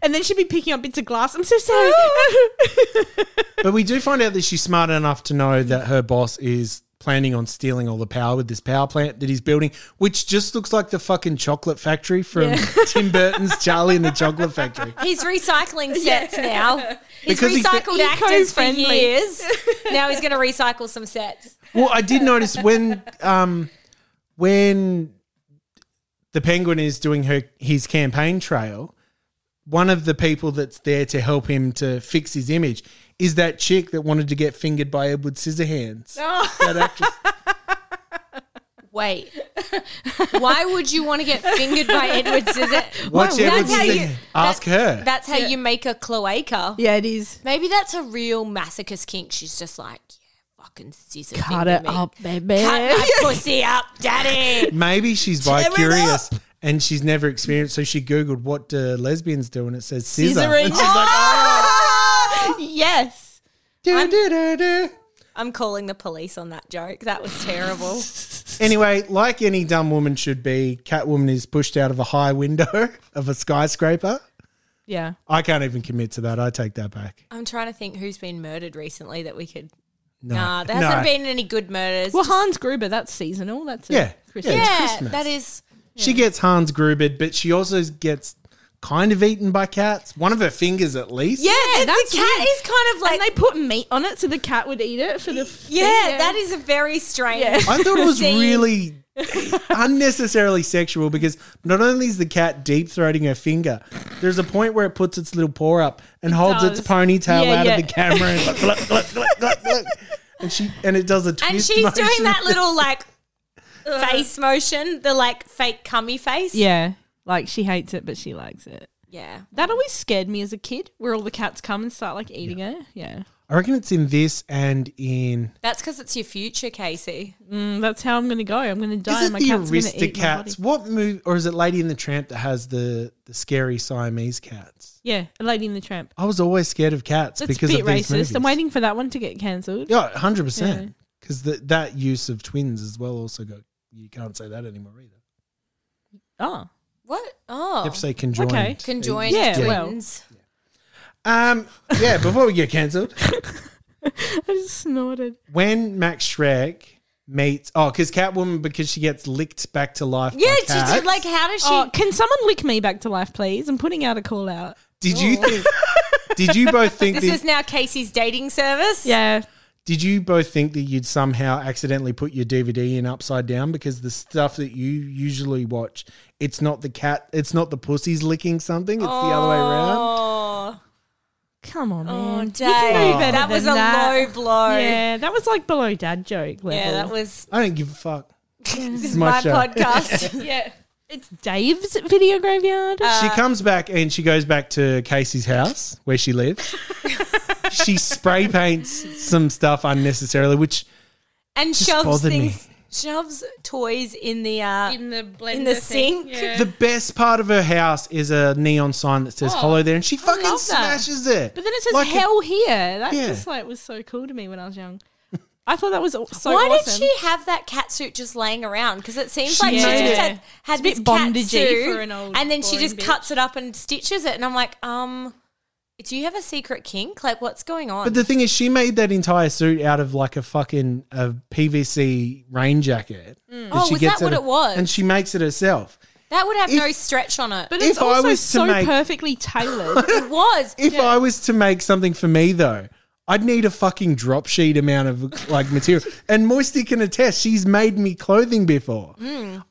and then she'd be picking up bits of glass. I'm so sorry. But we do find out that she's smart enough to know that her boss is planning on stealing all the power with this power plant that he's building, which just looks like the fucking chocolate factory from Tim Burton's Charlie and the Chocolate Factory. He's recycling sets now. He's Because he's recycled the- actors for Eco-friendly. years. now he's going to recycle some sets. Well, I did notice when um when the penguin is doing her his campaign trail, one of the people that's there to help him to fix his image is that chick that wanted to get fingered by Edward Scissorhands. Oh. That actress. Wait, why would you want to get fingered by Edward Scissorhands? Watch Edward That's how you- Scissorhands. Ask her. That's how you make a cloaca. yeah, it is. Maybe that's a real masochist kink. She's just like, yeah, fucking scissor Cut finger it me. up, baby. Cut my pussy up, daddy. Maybe she's bi curious and she's never experienced, so she googled what do lesbians do, and it says scissor. Scissoring. And she's like, oh. "Ah." yes. Do, do, do, do. I'm calling the police on that joke. That was terrible. Anyway, like any dumb woman should be, Catwoman is pushed out of a high window of a skyscraper. Yeah. I can't even commit to that. I take that back. I'm trying to think who's been murdered recently that we could. No. Nah, there No. hasn't been any good murders. Well, Just- Hans Gruber, that's seasonal. That's a Yeah. Christmas. Yeah. yeah, Christmas. that is. She gets Hans Grubered, but she also gets kind of eaten by cats. One of her fingers, at least. Yeah, the, the cat is kind of like and they put meat on it so the cat would eat it for the. f- yeah, thing, that is a very strange. I thought it was scene. really unnecessarily sexual because not only is the cat deep throating her finger, there's a point where it puts its little paw up and holds does. its ponytail Yeah, out yeah. of the camera and, gluck, gluck, gluck, gluck, gluck. and she and it does a twist. and she's motion. doing that little like face motion, the like fake cummy face. Uh. Yeah, like she hates it, but she likes it. yeah. That always scared me as a kid, where all the cats come and start like eating it. Yeah, I reckon it's in this and in That's because it's your future, Casey. mm, that's how I'm gonna go. I'm gonna die. is it and my the cat's gonna eat my body. Aristocats? What movie or is it Lady in the Tramp that has the the scary Siamese cats? Yeah, a Lady in the Tramp. I was always scared of cats That's because a bit of these racist. I'm movies. waiting for that one to get cancelled. Yeah, hundred percent. Because that use of twins as well also got you can't say that anymore either. Oh. What? Oh. You have to say conjoined. Okay. Conjoined Yeah, well. twins. Um. Yeah. Before we get cancelled, I just snorted. when Max Shrek meets oh, because Catwoman because she gets licked back to life. Yeah, by she did, cats. Like, how does she? Oh, can someone lick me back to life, please? I'm putting out a call out. Did you think? Did you both think? Oh. this that, is now Casey's dating service. Yeah. did you both think that you'd somehow accidentally put your DVD in upside down because the stuff that you usually watch, it's not the cat, it's not the pussies licking something, it's the other way around. Oh, Come on, oh, man. Dave. You can do better That was a than that. low blow. Yeah, that was like below dad joke level. Yeah, that was I don't give a fuck. this is my podcast. yeah. It's Dave's video graveyard. Uh, she comes back and she goes back to Casey's house where she lives. she spray paints some stuff unnecessarily, which and Just shoves bothered me. things, shoves toys in the uh, in the blender in the sink. the best part of her house is a neon sign that says Oh, "Hollow" there, and she fucking love that. smashes it. But then it says Like a- hell here. That Yeah. just like was so cool to me when I was young. I thought that was aw- so Why awesome. did she have that catsuit just laying around? Because it seems She like knows. she just Yeah. had, had It's a this bit cat bondagey suit, for an old and then she boring just bitch. cuts it up and stitches it. And I'm like, um, do you have a secret kink? Like, what's going on? But the thing is, she made that entire suit out of like a fucking a PVC rain jacket. that Oh, she was that out what of- it was? And she makes it herself. that would have no if- stretch on it. but if it's I also was to so make- perfectly tailored. it was. If I was to make something for me though, I'd need a fucking drop sheet amount of like material. And Moisty can attest, she's made me clothing before.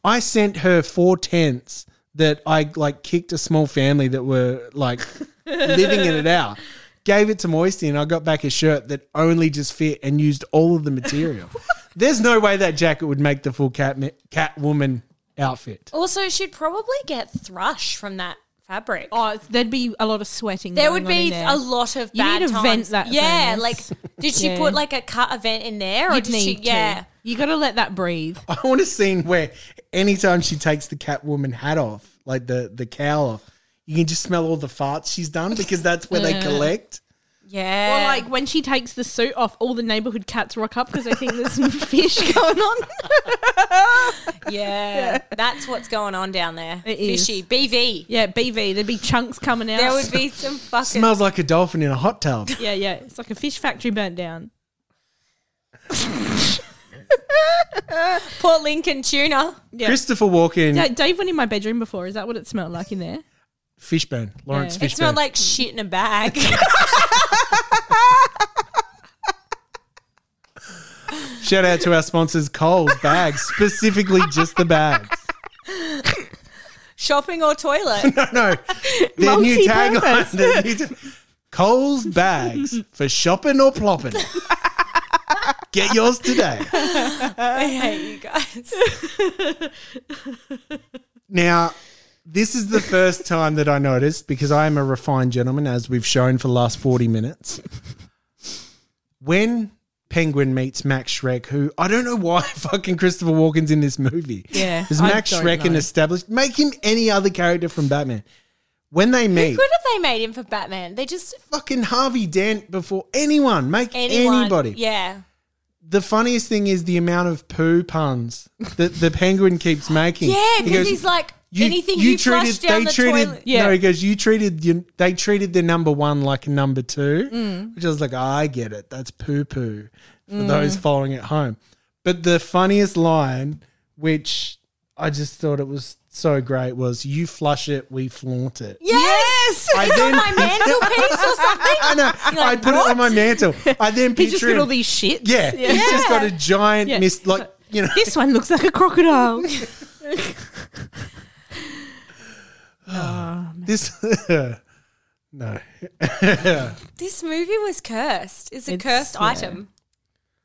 I sent her four tents that I like kicked a small family that were like living in it out. Gave it to Moisty and I got back a shirt that only just fit and used all of the material. There's no way that jacket would make the full cat cat woman outfit. Also, she'd probably get thrush from that fabric. oh, there'd be a lot of sweating. There going on would in be there. a lot of You bad need to times. vent that yeah, furnace. like did she Yeah. put like a cut event in there or You'd did need she? to. Yeah, You got to let that breathe. I want a scene where anytime she takes the Catwoman hat off, like the the cowl off, you can just smell all the farts she's done because that's where they collect. yeah. Or like when she takes the suit off, all the neighborhood cats rock up because they think there's some fish going on. Yeah. That's what's going on down there. It is. Fishy. BV. Yeah, BV. There'd be chunks coming out. There would be some fucking. Smells like a dolphin in a hot tub. yeah, yeah. It's like a fish factory burnt down. Poor Lincoln tuna. Yeah. Christopher Walken, Da- Dave went in my bedroom before. Is that what it smelled like in there? Fishburne, Lawrence Yeah. It smelled Fishburne. like shit in a bag. Shout out to our sponsors, Coles bags, specifically just the bags. Shopping or toilet. No, no, their Multi-purpose. new tagline. their new ta- Coles bags for shopping or plopping. Get yours today. I hate you guys. Now, this is the first time that I noticed because I am a refined gentleman, as we've shown for the last 40 minutes. When Penguin meets Max Shrek, who I don't know why fucking Christopher Walken's in this movie. Yeah, Is I Max don't Shrek an know. established? Make him any other character from Batman. When they meet, Good if they made him for Batman. They just. fucking Harvey Dent before anyone, make Anyone. anybody. Yeah. The funniest thing is the amount of poo puns that the penguin keeps making. Yeah, He because goes, he's like, anything you, flush down the treated, toilet. Yeah. No, he goes, you treated you, they treated their number one like a number two, Mm. which I was like, I get it. That's poo poo for those following at home. But the funniest line, which I just thought it was so great was you flush it, we flaunt it. Yes, I it's on then- my mantelpiece or something. I know. I put it on my mantle. I then picture He's just got him- all these shits. Yeah, he's just got a giant Yeah. mist. Like you know, This one looks like a crocodile. this. no, This movie was cursed. It's a It's- cursed yeah. item.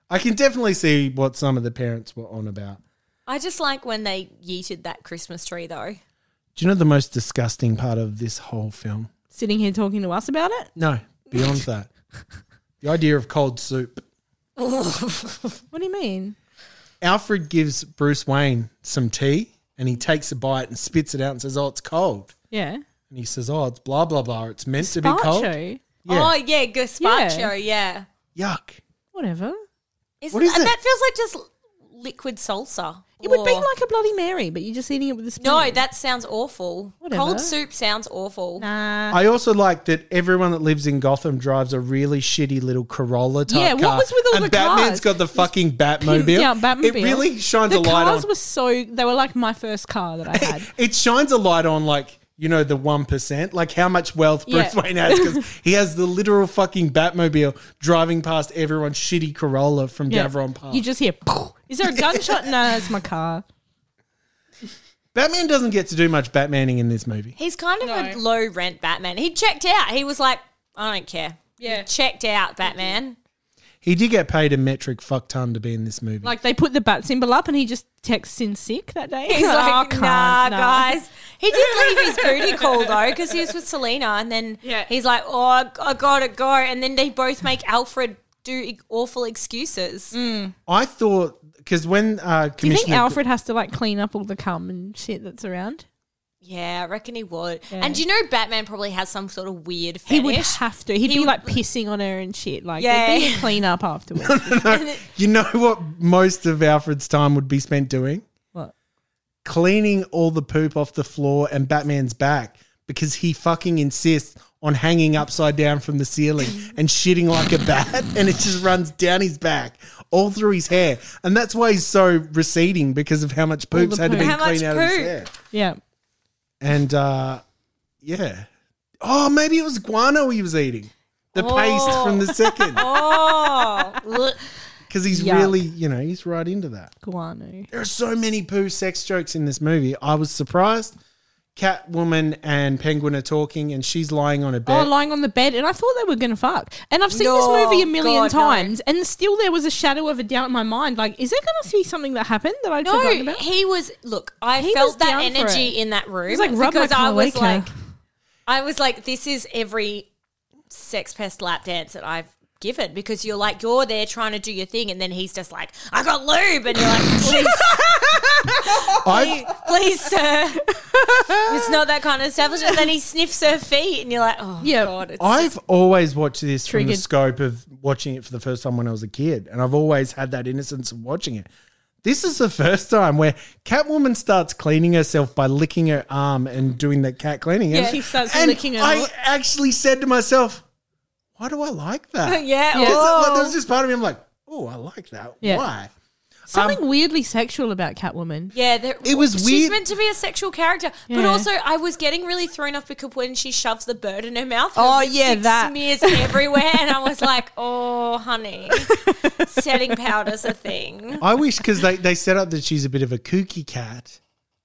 I can definitely see what some of the parents were on about. I just like when they yeeted that Christmas tree though. Do you know the most disgusting part of this whole film? Sitting here talking to us about it. No, beyond that, the idea of cold soup. What do you mean? Alfred gives Bruce Wayne some tea, and he takes a bite and spits it out and says, "Oh, it's cold." Yeah. And he says, "Oh, it's blah blah blah. It's meant to be cold." Gazpacho. Yeah. Oh yeah, gazpacho. Yeah. Yuck. Whatever. Isn't, What is and it? That feels like just liquid salsa. It would be Or- like a Bloody Mary, but you're just eating it with a spoon. no. That sounds awful. Whatever. Cold soup sounds awful. Nah. I also like that everyone that lives in Gotham drives a really shitty little Corolla type Yeah, what car. was with all and the Batman's cars? got the fucking Batmobile. Yeah, Batmobile. It really shines the a light cars on. were so they were like my first car that I had. it shines a light on like you know the one percent, like how much wealth Bruce Yeah. Wayne has because he has the literal fucking Batmobile driving past everyone's shitty Corolla from Yeah. Davron Park. You just hear. "Pow." Is there a gunshot? no, it's my car. Batman doesn't get to do much Batmaning in this movie. He's kind of a low rent Batman. He checked out. He was like, I don't care. Yeah, checked out Batman. He did get paid a metric fuck ton to be in this movie. Like they put the bat symbol up, and he just texts in sick that day. He's Oh, like, can't, nah, guys. He did leave his booty call though, because he was with Selena, and then he's like, oh, I- I gotta go, and then they both make Alfred do e- awful excuses. I thought because when uh, Do you Commissioner think Alfred has to like clean up all the cum and shit that's around? Yeah, I reckon he would. Yeah. And do you know Batman probably has some sort of weird fetish? He would have to. He'd He be would- like pissing on her and shit. Like, Yeah. yeah, clean up afterwards. You know what most of Alfred's time would be spent doing? What? Cleaning all the poop off the floor and Batman's back because he fucking insists on hanging upside down from the ceiling and shitting like a bat and it just runs down his back all through his hair. And that's why he's so receding because of how much poop's the had to be poop. How much cleaned out of his poop? hair. yeah. And uh yeah. Oh, maybe it was guano he was eating. The paste Oh. from the second. Oh, Because he's Yuck. really, you know, he's right into that. Guano. There are so many poo sex jokes in this movie. I was surprised. Catwoman and Penguin are talking, and she's lying on a Oh, bed. lying on the bed, and I thought they were going to fuck. And I've seen this No, movie a million God, no. times, and still there was a shadow of a doubt in my mind. Like, is there going to be something that happened that I'd forgotten no, about? he was. Look, I He was felt that down for energy it. in that room He's like, rub my because I was cloaca. like, I was like, this is every sex pest lap dance that I've given because you're like, you're there trying to do your thing, and then he's just like, I got lube, and you're like, please, I've, please, sir, it's not that kind of establishment. And then he sniffs her feet, and you're like, oh Yeah. god, it's I've always watched this from the Triggered. scope of watching it for the first time when I was a kid, and I've always had that innocence of watching it. This is the first time where Catwoman starts cleaning herself by licking her arm and doing the cat cleaning. Yeah, and, she starts and licking her I arm. actually said to myself, "Why do I like that?" yeah, Yeah. It's oh. like- there was just part of me. I'm like, "Oh, I like that. Yeah. Why?" Um, something weirdly sexual about Catwoman. Um, Yeah, there- It was she's weird- meant to be a sexual character, but Yeah. also I was getting really thrown off because when she shoves the bird in her mouth, her Oh, yeah, lipstick that. smears everywhere, and I was like, "Oh, honey, setting powder's a thing." I wish because they, they set up that she's a bit of a kooky cat.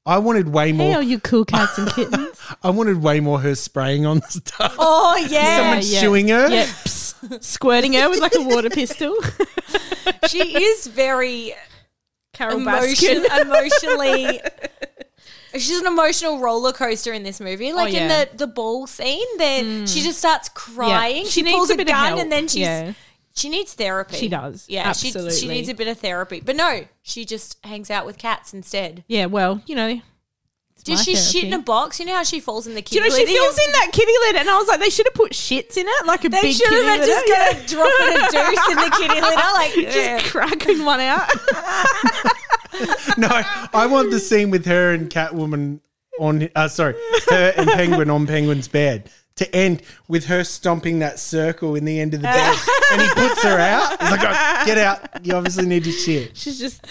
I wanted way Hey, more. all you cool cats and kittens. I wanted way more her spraying on the stuff. Oh yeah, Someone shooing her. Yeah, psst, squirting her with like a water pistol. she is very Carol emotion, Baskin. emotionally. She's an emotional roller coaster in this movie. Like in Oh, yeah. Hmm. the the ball scene, there she just starts crying. Yeah. She, pulls a, bit of gun, help. and then she's Yeah. She needs therapy. She does. Yeah, she, she Absolutely. needs a bit of therapy. But no, she just hangs out with cats instead. Yeah, well, you know. Does my she shit in a therapy. box? You know how she falls in the Do kitty you know she litter? fills in that kitty litter, and I was like, they should have put shits in it, like a They big should kitty have been litter. just yeah. gonna drop it a deuce in the kitty litter, like yeah. just cracking one out. No, I want the scene with her and Catwoman on. Uh, sorry, her and Penguin on Penguin's bed to end with her stomping that circle in the end of the bed, and he puts her out. He's like, "Oh, "Get out! You obviously need to shit." She's just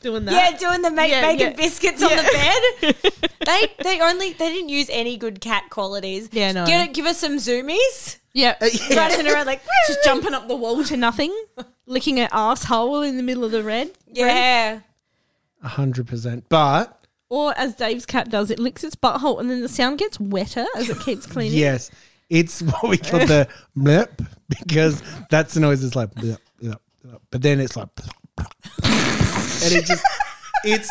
doing that. Yeah, doing the make, Yeah, making yeah. biscuits on the bed. they they only they didn't use any good cat qualities. Yeah, no. Give, give us some zoomies. Yeah. Driving around like She's jumping up the wall to nothing, licking her asshole in the middle of the red. Yeah. hundred percent. But Or as Dave's cat does, it licks its butthole and then the sound gets wetter as it keeps cleaning. yes, it's what we call the blip because that's the noise. It's like blip, blip, blip. but then it's like, and it just it's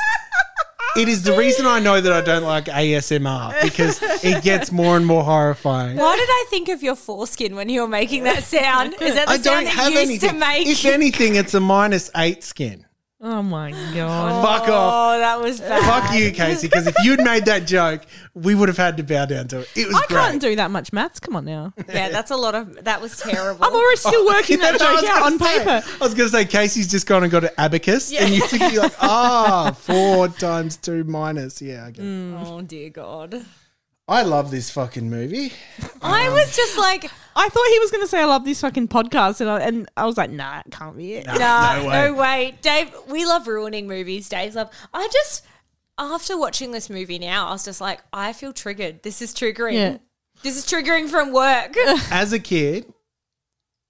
it is the reason I know that I don't like ASMR because it gets more and more horrifying. Why did I think of your foreskin when you were making that sound? Is that the I sound don't that have you used anything. to make? If anything, it's a minus eight skin. Oh my god! Fuck off. Oh, that was bad. Fuck you, Casey, because if you'd made that joke, we would have had to bow down to it. It was I great. can't do that much maths. Come on now. Yeah, that's a lot of. That was terrible. I'm already still working Yeah, that that's what I joke was out on gonna say. paper. I was going to say Casey's just gone and got an abacus, and you think you're like, ah, four times two minus. Yeah, I get it. Mm. Oh dear God. I love this fucking movie. I was just like, Um, I thought he was going to say, "I love this fucking podcast," and I, and I was like, "Nah, it can't be it." No, no, way. Dave, we love ruining movies. Dave's love. I just, after watching this movie now, I was just like, I feel triggered. This is triggering. Yeah. This is triggering from work. As a kid,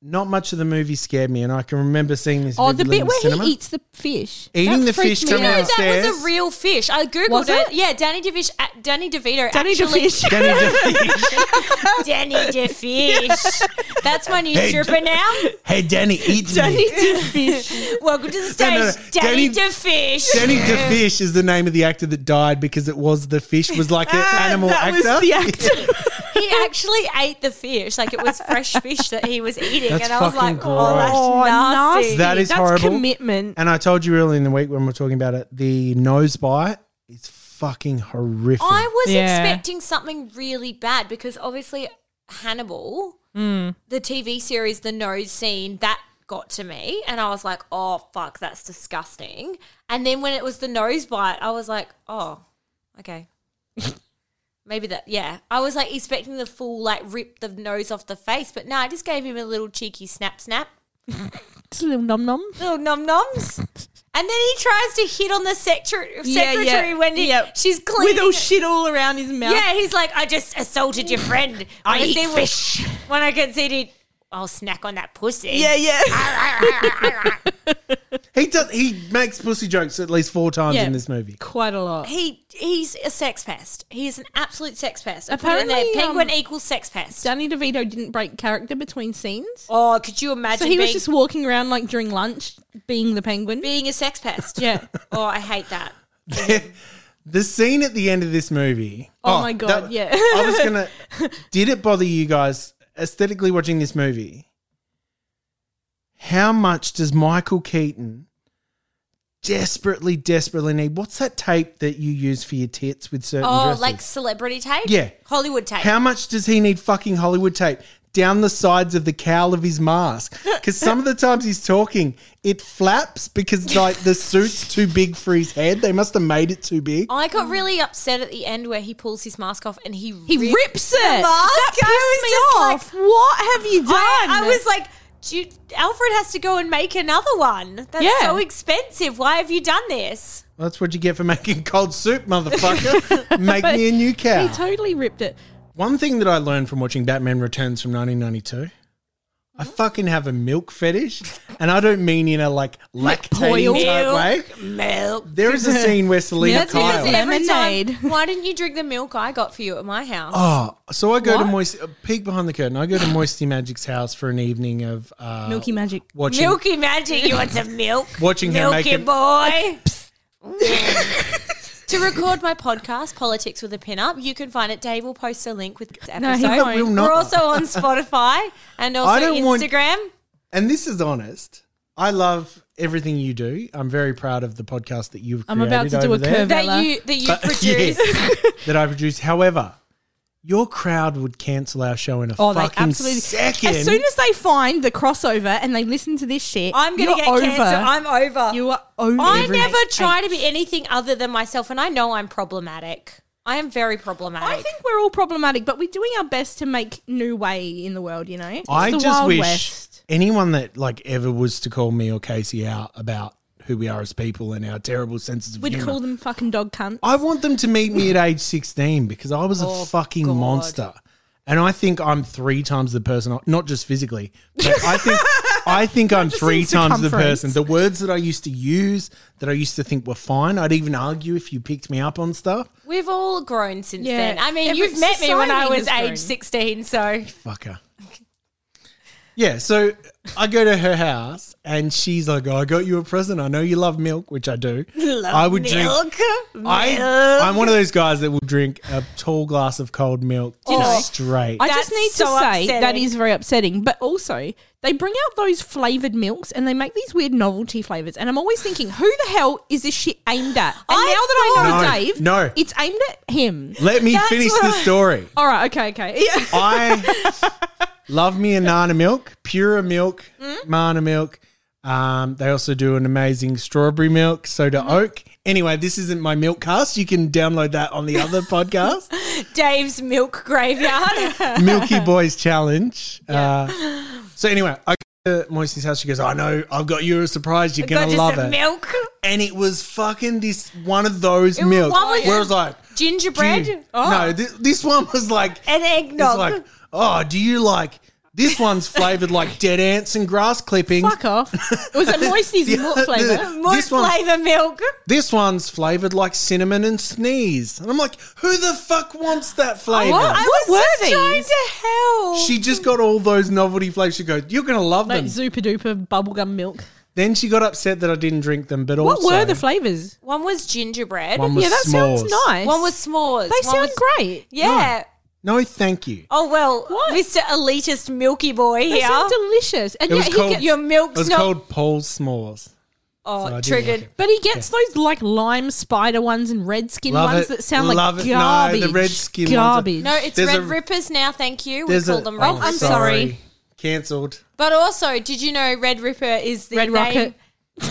not much of the movie scared me, and I can remember seeing this. Oh, the vividly bit in where cinema. he eats the fish. Eating the freaked fish me coming out. out. that was Upstairs. a real fish. I googled Was it. it? Yeah, Danny DeVish, a- Danny DeVito. Danny actually, DeVish. Danny DeVish. Danny DeVish. That's my new Hey, stripper now. Hey, Danny, eat Danny me. DeFish. Welcome to the stage, no, no. Danny, Danny- DeFish. Danny DeFish is the name of the actor that died because it was the fish was like Ah, an animal Ah, that was actor. the he actually ate the fish. Like it was fresh fish that he was eating. That's and I was like, fucking oh, that's gross. nasty. That is horrible. commitment. And I told you earlier in the week when we were talking about it, the nose bite is fucking horrific. I was expecting something really bad because obviously Hannibal, the TV series, the nose scene, that got to me. And I was like, oh, fuck, that's disgusting. And then when it was the nose bite, I was like, oh, okay. Maybe that, yeah. I was like expecting the full, like, rip the nose off the face, but no, I just gave him a little cheeky snap, snap. It's a little nom nom. little nom noms. And then he tries to hit on the secretary, Yeah, secretary yeah, when he, yeah. she's cleaning. With all shit all around his mouth. Yeah, he's like, I just assaulted your friend. I When eat see- fish. When I can see it, I'll snack on that pussy. Uh, Yeah, He does. He makes pussy jokes at least four times Yeah. in this movie. Quite a lot. He he's a sex pest. He is an absolute sex pest. I put it in Apparently, there. Penguin um, equals sex pest. Danny DeVito didn't break character between scenes. Oh, could you imagine? So he was being- just walking around like during lunch, being the penguin, being a sex pest. Yeah. Oh, I hate that. The scene at the end of this movie. Oh, my God, yeah. I was gonna. Did it bother you guys aesthetically watching this movie? How much does Michael Keaton desperately, desperately need? What's that tape that you use for your tits with certain Oh, dresses? like celebrity tape. Yeah. Hollywood tape. How much does he need fucking Hollywood tape down the sides of the cowl of his mask? Because some of the times he's talking, it flaps because like the suit's too big for his head. They must have made it too big. I got really upset at the end where he pulls his mask off and he he rips it. The That mask. pissed I was just me off. what have you done? like, I, I was like, Do you- Alfred has to go and make another one. That's Yeah. so expensive. Why have you done this? Well, that's what you get for making cold soup, motherfucker. Make me a new cow. he totally ripped it. One thing that I learned from watching Batman Returns from 1992. I fucking have a milk fetish, and I don't mean in a like lactating type way. milk, milk. There is a scene where Selena That's because Kyle. every time- Lemonade. Why didn't you drink the milk I got for you at my house? Oh, so I go to What? Moist uh, peek behind the curtain. I go to Moisty Magic's house for an evening of uh, Milky Magic. watching Milky magic. You want some milk? watching her make Milky it. boy. to record my podcast, Politics with a Pinup, you can find it. Dave will post a link with this No, episode. he won't. Will not. We're also on Spotify and also don't want- Instagram. And this is honest. I love everything you do. I'm very proud of the podcast that you've. I'm about created to do over a there. That you- that you produce. yes, that I produce. However, your crowd would cancel our show in a Oh, they fucking absolutely. second. As soon as they find the crossover and they listen to this shit, I'm gonna you're get over. cancer. I'm over. You are over. I never try to be anything other than myself, and I know I'm problematic. I am very problematic. I think we're all problematic, but we're doing our best to make new way in the world. You know, It's I the just Wild wish West. anyone that like ever was to call me or Casey out about who we are as people and our terrible senses of We'd humor. call them fucking dog cunts. I want them to meet me at age 16 because I was Oh, a fucking God. monster. And I think I'm three times the person, I- not just physically, but I think. I think I'm three in times the circumference. person. The words that I used to use, that I used to think were fine, I'd even argue if you picked me up on stuff. We've all grown since Yeah, then. I mean, every you've met me when I society was has grown. age 16, so. Fucker. Yeah, so I go to her house and she's like, oh, I got you a present. I know you love milk, which I do. I would drink. I, I'm one of those guys that will drink a tall glass of cold milk Do you know- just straight. I just That's need to so say that upsetting. is very upsetting. But also, they bring out those flavored milks and they make these weird novelty flavors. And I'm always thinking, who the hell is this shit aimed at? And I now that thought- I know Dave, No, no. it's aimed at him. Let me That's finish what the I- story. All right, okay, okay. Yeah. I love me a Nana milk, Pura milk, Mana milk. Um, they also do an amazing strawberry milk, soda Mm-hmm. oak. Anyway, this isn't my milk cast. You can download that on the other podcast. Dave's milk graveyard. Milky Boys challenge. Uh, so anyway, I go to Moisty's house. She goes, "I know, I've got you a surprise. You're Got gonna you love some it." milk. And it was fucking this one of those was milk one with- where it was like Gingerbread. do you- Oh. No, thi- this one was like An eggnog. It's like, oh, do you like this one's flavored like dead ants and grass clippings? Fuck off. Was it Moisty's The- milk the- flavor? Moist this one- flavour milk. This one's flavored like cinnamon and sneeze. And I'm like, who the fuck wants that flavor? What, what were Just trying these? to help. she just got all those novelty flavors. She goes, you're gonna love Like them. Zupa Duper bubblegum milk. Then she got upset that I didn't drink them. But What also, were the flavors? One was gingerbread. One was Yeah, that s'mores. sounds nice. One was s'mores. They One sound was- great. Yeah. No, thank you. Oh well, What? Mr. Elitist Milky Boy They here. sound delicious. And It yet was he called- gets Your milk's It was not. called Paul's S'mores. oh, So I didn't triggered. like it. But he gets those like lime spider ones and red skin Love ones it. that sound Love like it. No, garbage. the red skin ones are- garbage. no, it's There's Red a- Rippers now. Thank you. We There's call a- them oh, Red. I'm Rippers. sorry. Cancelled. But also, did you know Red Ripper is the Red name? Rocket.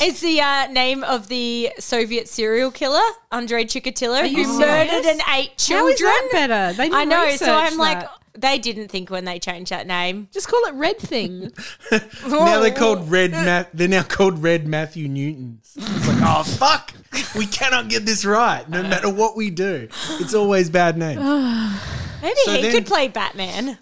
It's the uh, name of the Soviet serial killer Andrei Chikatilo, you who serious? murdered and ate children. How is that better? They didn't I know. research So I'm like, that. they didn't think when they changed that name. Just call it red thing. Now they're Oh. called Red Matt. They're now called Red Matthew Newtons. It's like, oh fuck, we cannot get this right. No matter what we do, it's always bad Oh. names. Maybe So he then- could play Batman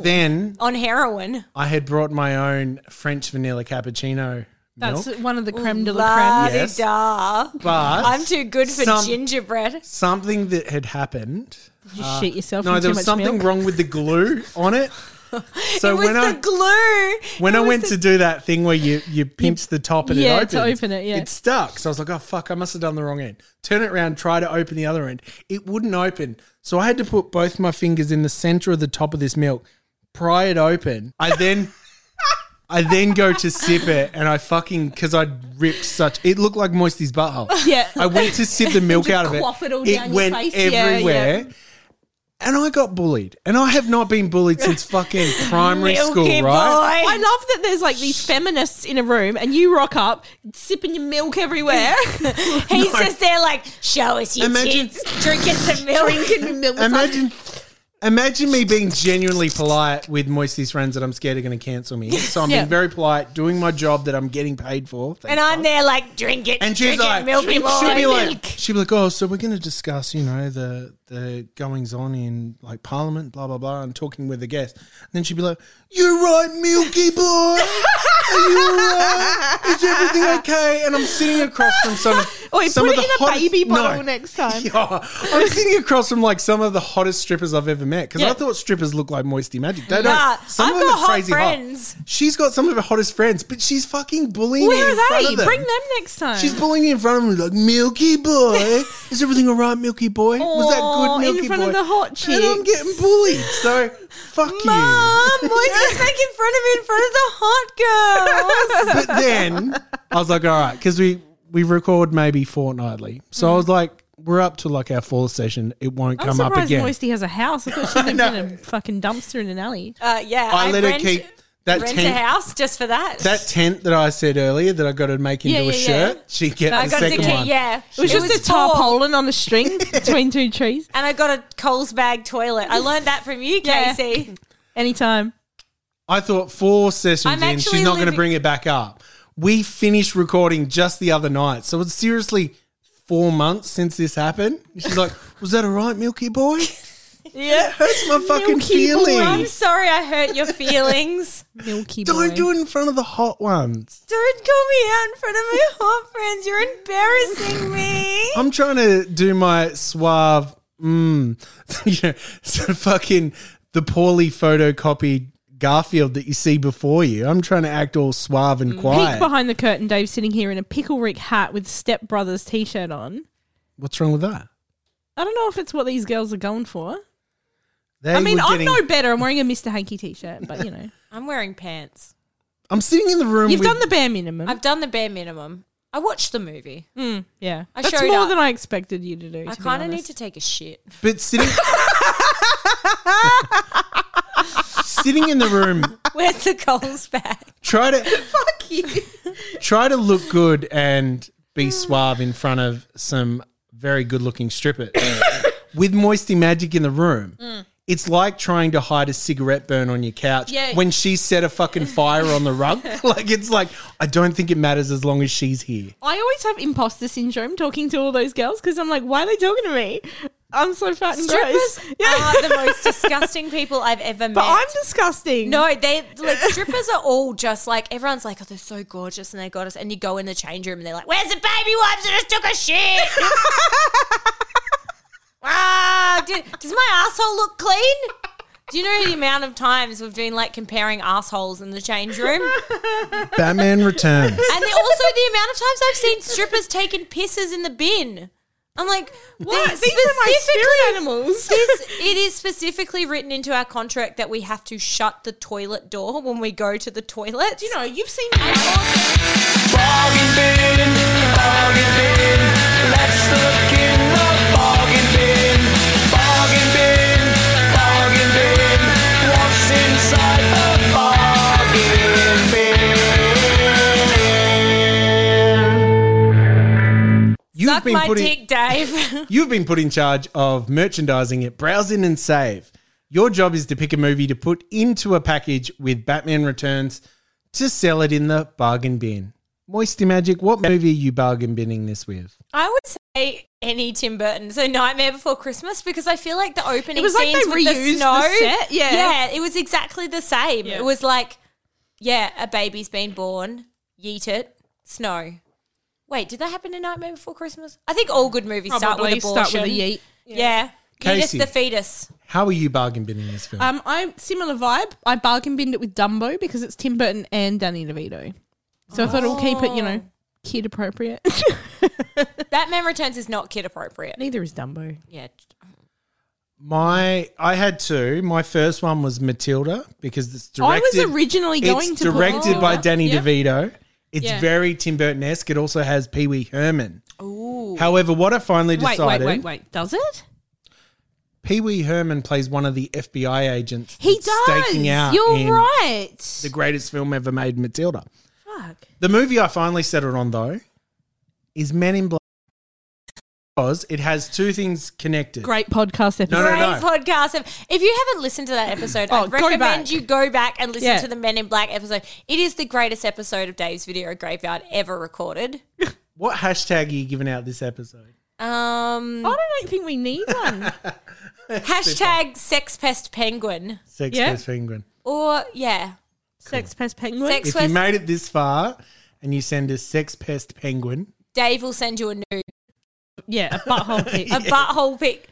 then on heroin. I had brought my own French vanilla cappuccino That's milk, one of the creme de la creme. La creme. di da. but I'm too good for some- gingerbread. something that had happened. Did you shit yourself? Uh, No, in there too was much something milk? wrong with the glue on it. So it was when the I glue. when It I was went the- to do that thing where you you pinch the top and Yeah, it opens, to open it, yeah. it stuck. So I was like, oh fuck, I must have done the wrong end. Turn it around, try to open the other end. It wouldn't open, so I had to put both my fingers in the center of the top of this milk, pry it open. I then. I then go to sip it and I fucking because I ripped such it looked like Moisty's butthole. Yeah. I went to sip the milk out of it. quaff it all down your went face. Yeah, yeah. everywhere. And I got bullied. And I have not been bullied since fucking primary school, Milky right? I love that there's like these feminists in a room and you rock up sipping your milk everywhere. He's just there like, show us your Imagine- tits, drinking some milk. drinking milk. It's like, Imagine, imagine me being genuinely polite with Moisty's friends that I'm scared are going to cancel me. So I'm Yeah. being very polite, doing my job that I'm getting paid for. Thank and I'm there like, drink it, And she's drink like, it, milky she'd boy. be like, milk. she'd be like, oh, so we're going to discuss, you know, the the goings on in like Parliament, blah blah blah, and talking with the guests. And then she'd be like, "You're right, Milky Boy. Are you all right? Is everything okay?" And I'm sitting across from some, Oi, some put of it in the a hottest- baby No. bottle next time. Yeah, I'm sitting across from like some of the hottest strippers I've ever met because I Yeah. thought strippers look like Moisty Magic. They Nah, don't. Some I've of them got are hot crazy friends. hot. She's got some of her hottest friends, but she's fucking bullying me Where in front are of they? them. Bring them next time. She's bullying me in front of me like Milky Boy. Is everything all right, Milky Boy? Was Aw, that good, Milky in front Boy? of the hot And I'm chicks. getting bullied. So fuck Mom, you. Moisty's making fun of me in front of the hot girls. but then I was like, all right, because we we record maybe fortnightly. So I was like, we're up to like our fourth session. It won't I'm come up surprised again. Moisty has a house. I thought she lived in a fucking dumpster in an alley. Uh, yeah, I let rent, her keep that rent a tent. house just for that. That tent that I said earlier that I got to make into Yeah, yeah, a shirt, she get I the got to second keep, one. yeah. It was just a tall. tarpaulin on a string between two trees. And I got a Coles bag toilet. I learned that from you, Yeah. Casey. Anytime. I thought four sessions I'm in, she's actually not going to living- bring it back up. We finished recording just the other night. So it's seriously four months since this happened. She's like, Was that all right, Milky Boy? Yeah, hurts my fucking feelings. I'm sorry, I hurt your feelings. Milky Don't do it in front of the hot ones. Don't call me out in front of my hot friends. You're embarrassing me. I'm trying to do my suave, mmm, you know, so fucking the poorly photocopied Garfield that you see before you. I'm trying to act all suave and Mm. Peek quiet. behind the curtain, Dave sitting here in a pickle rick hat with Step Brothers t shirt on. What's wrong with that? I don't know if it's what these girls are going for. They I mean, were I'm getting- no better. I'm wearing a Mr. Hanky t shirt, but you know. I'm wearing pants. I'm sitting in the room. You've with- done the bare minimum. I've done the bare minimum. I watched the movie. Mm, yeah. I That's showed more up. than I expected you to do. I to be kind of need honest. to take a shit. But sitting. sitting in the room, Where's the Coles bag? try to Fuck you. try to look good and be suave in front of some very good looking strippers with moisty magic in the room. It's like trying to hide a cigarette burn on your couch Yeah. when she set a fucking fire on the rug. like it's like I don't think it matters as long as she's here. I always have imposter syndrome talking to all those girls because I'm like, why are they talking to me? I'm so fat and gross. Strippers are the most disgusting people I've ever But met. I'm disgusting. No, they like strippers are all just like everyone's like, oh, they're so gorgeous and they got us. And you go in the change room and they're like, where's the baby wipes? I just took a shit. ah, do- does my asshole look clean? Do you know the amount of times we've been like comparing assholes in the change room? Batman returns. And then also the amount of times I've seen strippers taking pisses in the bin. I'm like, What? they These are my specifically- spirit animals. this, it is specifically written into our contract that we have to shut the toilet door when we go to the toilet. You know, you've seen. You've Suck my dick, Dave. You've been put in charge of merchandising at Browse In and Save. Your job is to pick a movie to put into a package with Batman Returns to sell it in the bargain bin. Moisty Magic, what movie are you bargain binning this with? I would say any Tim Burton, so Nightmare Before Christmas, because I feel like the opening It was like scenes they with the reused the snow, set, yeah. yeah, it was exactly the same. Yeah. It was like, yeah, a baby's been born, yeet it, snow. Wait, did that happen in Nightmare Before Christmas? I think all good movies start with Probably abortion. start with a yeet. Yeah, fetus Casey. the fetus. How are you bargain binning this film? Um, I similar vibe. I bargain binned it with Dumbo because it's Tim Burton and Danny DeVito, so I thought it'll keep it, you know, Oh. kid appropriate. Batman Returns is not kid appropriate. Neither is Dumbo. Yeah, My, I had two. My first one was Matilda because it's I was directed. originally going it's to put Oh. directed Matilda. by Danny Yep. DeVito. It's Yeah. very Tim Burton esque. It also has Pee Wee Herman. However, what I finally Wait, decided wait, wait, wait. Does it? Pee Wee Herman plays one of the FBI agents. He that's does. Staking out in You're right. The greatest film ever made, Matilda. Fuck. The movie I finally settled on though is Men in Black because it has two things connected. Great podcast episode. No, no, great no. podcast. If you haven't listened to that episode, Oh, I'd go recommend back. you go back and listen Yeah. to the Men in Black episode. It is the greatest episode of Dave's Video Graveyard ever recorded. What hashtag are you giving out this episode? Um, I don't think we need one. hashtag sex pest penguin. Sex Yeah. Pest Penguin. Or, yeah. Sex pest penguin. Sex If pest. you made it this far and you send us Sex Pest Penguin, Dave will send you a nude. Yeah, a butthole pic. A butthole pic.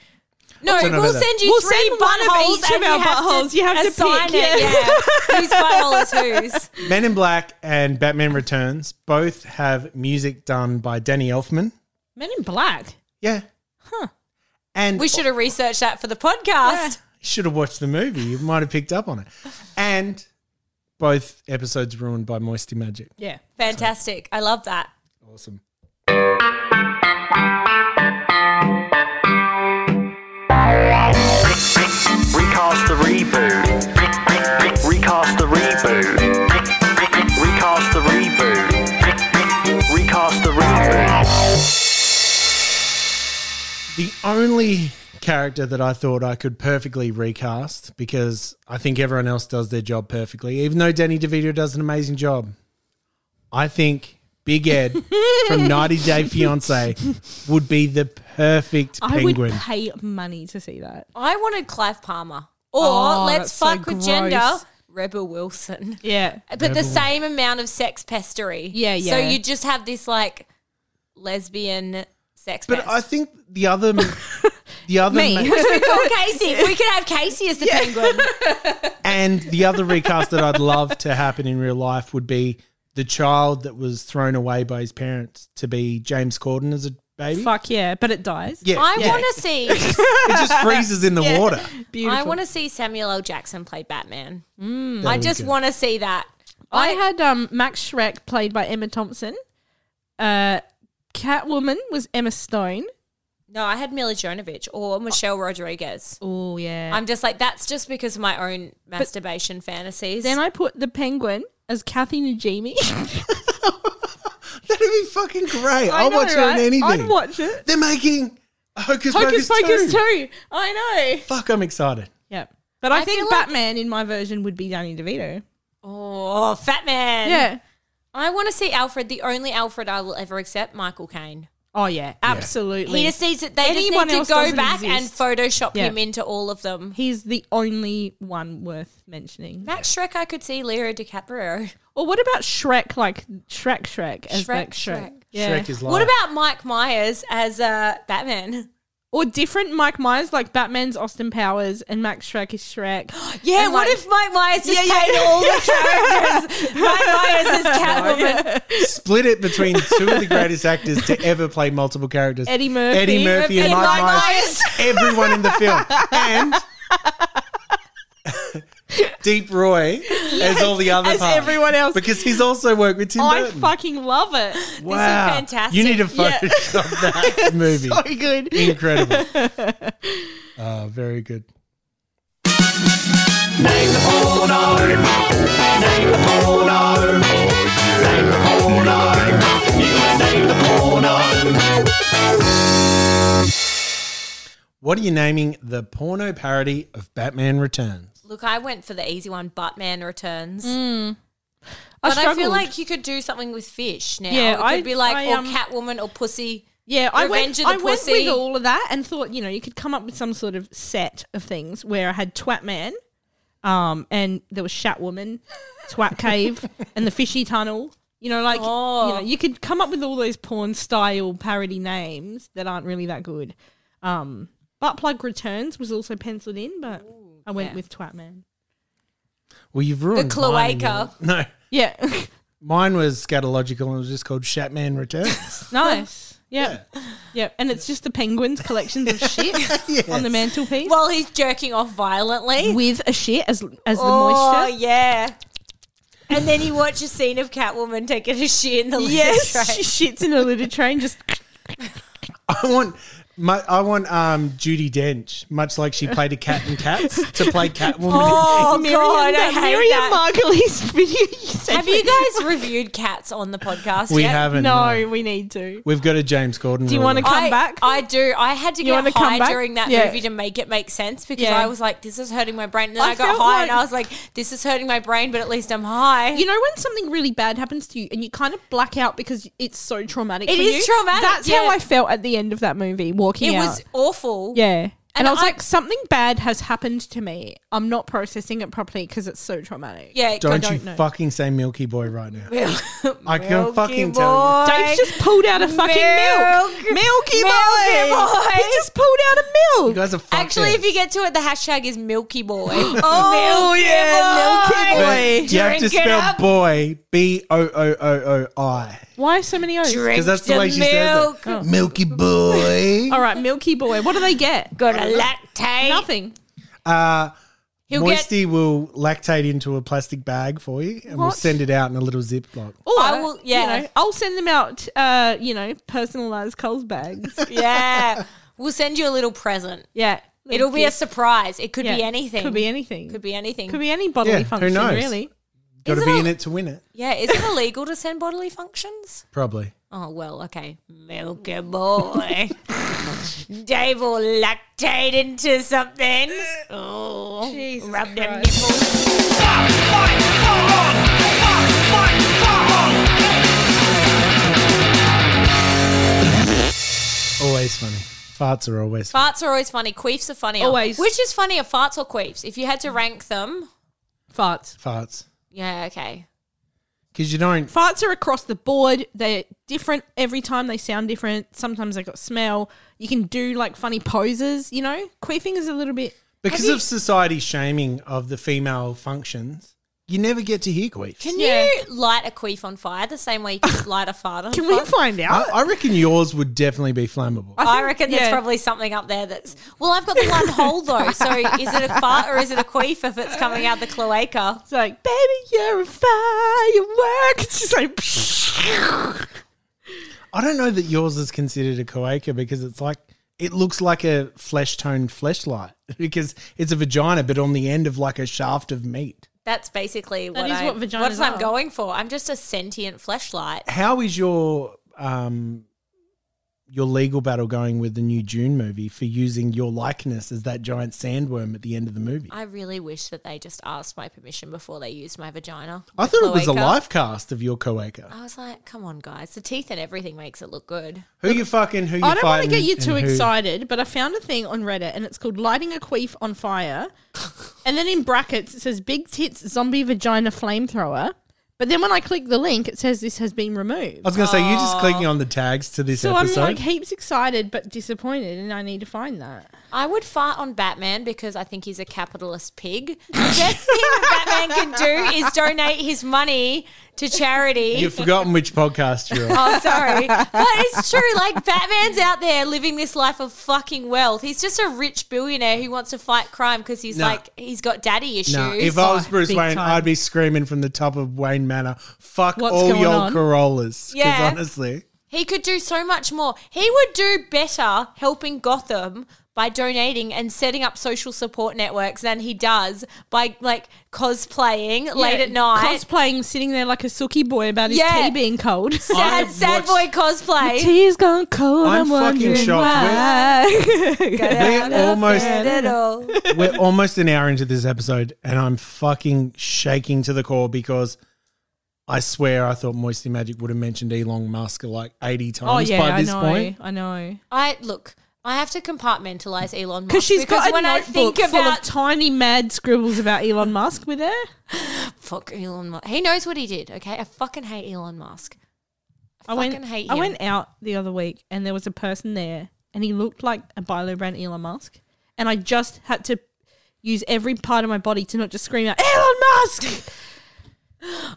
No, No, no, no, we'll no. send you We'll three send one of buttholes each of and our you have buttholes. You have to assign pick, it. Yeah. whose butthole is whose? Men in Black and Batman Returns both have music done by Danny Elfman. Men in Black. Yeah. Huh. And We should have researched that for the podcast. should have watched the movie. You might have picked up on it. And both episodes ruined by Moisty Magic. Yeah. Fantastic. I love that. Awesome. Recast the reboot. Recast the reboot. Recast the reboot. Recast the reboot. The only character that I thought I could perfectly recast because I think everyone else does their job perfectly, even though Danny DeVito does an amazing job. I think Big Ed from 90 Day Fiance would be the perfect I penguin. would pay money to see that. I wanted Clive Palmer. Or Oh, let's that's so fuck with gender. gross. Rebel Wilson. Yeah. But Rebel the Wilson. same amount of sex pestery. Yeah, So yeah. you just have this like lesbian sex but pest. I think the other, the other, Me. ma- Which we call Casey. We could have Casey as the penguin. and the other recast that I'd love to happen in real life would be the child that was thrown away by his parents to be James Corden as a baby. Fuck yeah, but it dies. Yeah, I yeah. want to see. It just freezes in the Yeah. water. I want to see Samuel L. Jackson play Batman. That'd I be just good. want to see that. I had um, Max Shrek played by Emma Thompson. Uh, Catwoman was Emma Stone. No, I had Mila Jovovich or Michelle Rodriguez. Oh yeah. I'm just like that's just because of my own masturbation fantasies. Then I put the Penguin as Kathy Najimy. That'd be fucking great. I I'll know, watch her right? in anything. I'd watch it. They're making Hocus, Hocus Pocus 2. too. I know. Fuck, I'm excited. Yep. But I, I feel think like- Batman in my version would be Danny DeVito. oh, Fat Man. Yeah. I want to see Alfred. The only Alfred I will ever accept, Michael Caine. Oh yeah, absolutely. He just needs it. They Anyone just need else to go doesn't back and exist. Photoshop Yeah. him into all of them. He's the only one worth mentioning. Max Shrek, I could see Leo DiCaprio. Or what about Shrek? Like Shrek, Shrek as Shrek, like Shrek. Shrek. Yeah. Shrek is live. What about Mike Myers as uh, Batman? or different Mike Myers, like Batman's Austin Powers and Max Shrek is Shrek. Yeah, And, what like- if Mike Myers just Yeah, yeah. played all the characters? Mike Myers is Catwoman. Split it between two of the greatest actors to ever play multiple characters Eddie Murphy. Eddie Murphy And and Mike Mike Myers. Everyone in the film. And Deep Roy as all the other as parts. everyone else. Because he's also worked with Tim I Burton. fucking love it. wow. fantastic. You need to Yeah. Photoshop that movie. So good. Incredible. Oh, very good. What are you naming the porno parody of Batman Returns? Look, I went for the easy one, Batman Returns. Mm. I But I, feel struggled. like you could do something with fish now. Yeah, it could I- be like I, or um, Catwoman or Pussy. Yeah, I went. Revenge of the I went Pussy. with all of that and thought, you know, you could come up with some sort of set of things where I had Twat Man, um, and there was Shat Woman, Twat Cave, and the Fishy Tunnel. You know, like you Oh. know, you could come up with all those porn style parody names that aren't really that good. Um, butt plug returns was also penciled in, but I went yeah. with Twat Man. Well, you've ruined mine in Cloaca. your- No, Yeah, mine was scatological and it was just called Shatman Returns. nice. Yeah. yeah, and it's just the penguins' collections of shit on the mantelpiece. While he's jerking off violently. with a shit as as the oh, moisture. yeah. And then you watch a scene of Catwoman taking a shit in the litter Yes, tray. she shits in a litter tray and just I want my, I want um, Judy Dench, much like she played a cat in Cats, to play Catwoman. Oh, Miriam, God, I that hate Miriam that. Margulies video. You sent Have me. you guys reviewed Cats on the podcast we yet? haven't. No, no. we need to. we've got a James Corden. Do you wanna to? come I, back? I do. I had to You get wanna come high back? during that Yeah. movie to make it make sense because Yeah. I was like, this is hurting my brain. And then I, I got felt high and like- I was like, this is hurting my brain, but at least I'm high. You know when something really bad happens to you and you kind of black out because it's so traumatic. It for is you? traumatic, That's yeah. how I felt at the end of that movie. Walking it out, was awful. yeah. And, And I was I- like, something bad has happened to me. I'm not processing it properly because it's so traumatic. Yeah. it Don't got- you know. fucking say Milky Boy right now. I can Milky fucking tell Boy. Dave's just pulled out a fucking Milk. milk. Milky Milky boy. boy. He just pulled out a you. You milk. guys are fucked Actually, if heads. you get to it, the hashtag is Milky Boy. Oh, Milky yeah, Boy. Milky But you have to Drink it spell up. boy B O O O O I Why so many O's? Oh, Drink because that's the way she says milk. it. Milky boy. All right, Milky Boy. What do they get? Gonna lactate. Nothing. Uh, He'll Moisty will lactate into a plastic bag for you, and we'll What? send it out in a little Ziploc. Or, I will- yeah. you know, I'll send them out. Uh, you know, personalized Coles bags. get. Yeah. We'll send you a little present. yeah, It'll be a Little surprise. It could gift. be Yeah. anything. Could be anything. Could be anything. Could be any bodily Yeah, who function. knows? Really. Got to Is it be a- in it to win it, yeah. Is it illegal to send bodily functions? probably. Oh well, okay. Milky boy. Dave will lactate into something. Oh, Jesus rub them Christ. nipples. Fight, fight, fight, fight, fight, fight, fight. always funny. Farts are always funny. Farts are always funny. Queefs are funny. Always. Which is funnier, farts or queefs? If you had to rank them, farts. Farts. Yeah. Okay. Because you don't. Farts are across the board. They're different every time. They sound different. Sometimes they got smell. You can do like funny poses. You know, queefing is a little bit Because Have you- of society's shaming of the female functions, you never get to hear queefs. Can you light a queef on fire the same way you can light a fart on Can fire? we find out? I, I reckon yours would definitely be flammable. I, reckon there's yeah. probably something up there that's. Well, I've got the one hole though. So is it a fart or is it a queef if it's coming out the cloaca? It's like, baby, you're a firework. It's just like, I don't know that yours is considered a cloaca because it's like it looks like a flesh toned fleshlight because it's a vagina, but on the end of like a shaft of meat. That's basically That what, is I, what what, vaginas what I'm are. going for. I'm just a sentient fleshlight. How is your um your legal battle going with the new June movie for using your likeness as that giant sandworm at the end of the movie? I really wish that they just asked my permission before they used my vagina. I thought it was a Cloaca. live cast of your cloaca. I was like, come on, guys. The teeth and everything makes it look good. Who you fucking? Who you I don't want to fighting get you and too who- excited, but I found a thing on Reddit and it's called Lighting a Queef on Fire. and then in brackets, it says Big Tits Zombie Vagina Flamethrower. But then when I click the link, it says this has been removed. I was going to say you're just clicking on the tags to this Oh. so episode. I'm like heaps excited but disappointed, and I need to find that. I would fart on Batman because I think he's a capitalist pig. The best thing that Batman can do is donate his money to charity. You've forgotten which podcast you're on. Oh, sorry. But it's true. Like, Batman's out there living this life of fucking wealth. He's just a rich billionaire who wants to fight crime because he's No. like, he's got daddy issues. No, if I was Oh, Bruce Big Wayne, time. I'd be screaming from the top of Wayne Manor, fuck What's all going your on? Corollas. Because Yeah. honestly, He could do so much more. He would do better helping Gotham by donating and setting up social support networks than he does by like cosplaying late Yeah, at night. Cosplaying, sitting there like a sookie boy about his Yeah. tea being cold. sad sad boy cosplay. The tea's gone cold. I'm I'm, fucking wondering shocked. Why. we're almost Diddle. we're almost an hour into this episode, and I'm fucking shaking to the core because I swear I thought Moisty Magic would have mentioned Elon Musk like 80 times Oh yeah, by I this know. point. I know. I look. I have to compartmentalize Elon Musk Because she's got a when I notebook think full about of tiny mad scribbles about Elon Musk with her. fuck Elon Musk, he knows what he did. Okay, I fucking hate Elon Musk. I, I fucking went. hate him. I went out the other week, and there was a person there, and he looked like a Bilo brand Elon Musk, and I just had to use every part of my body to not just scream out Elon Musk. if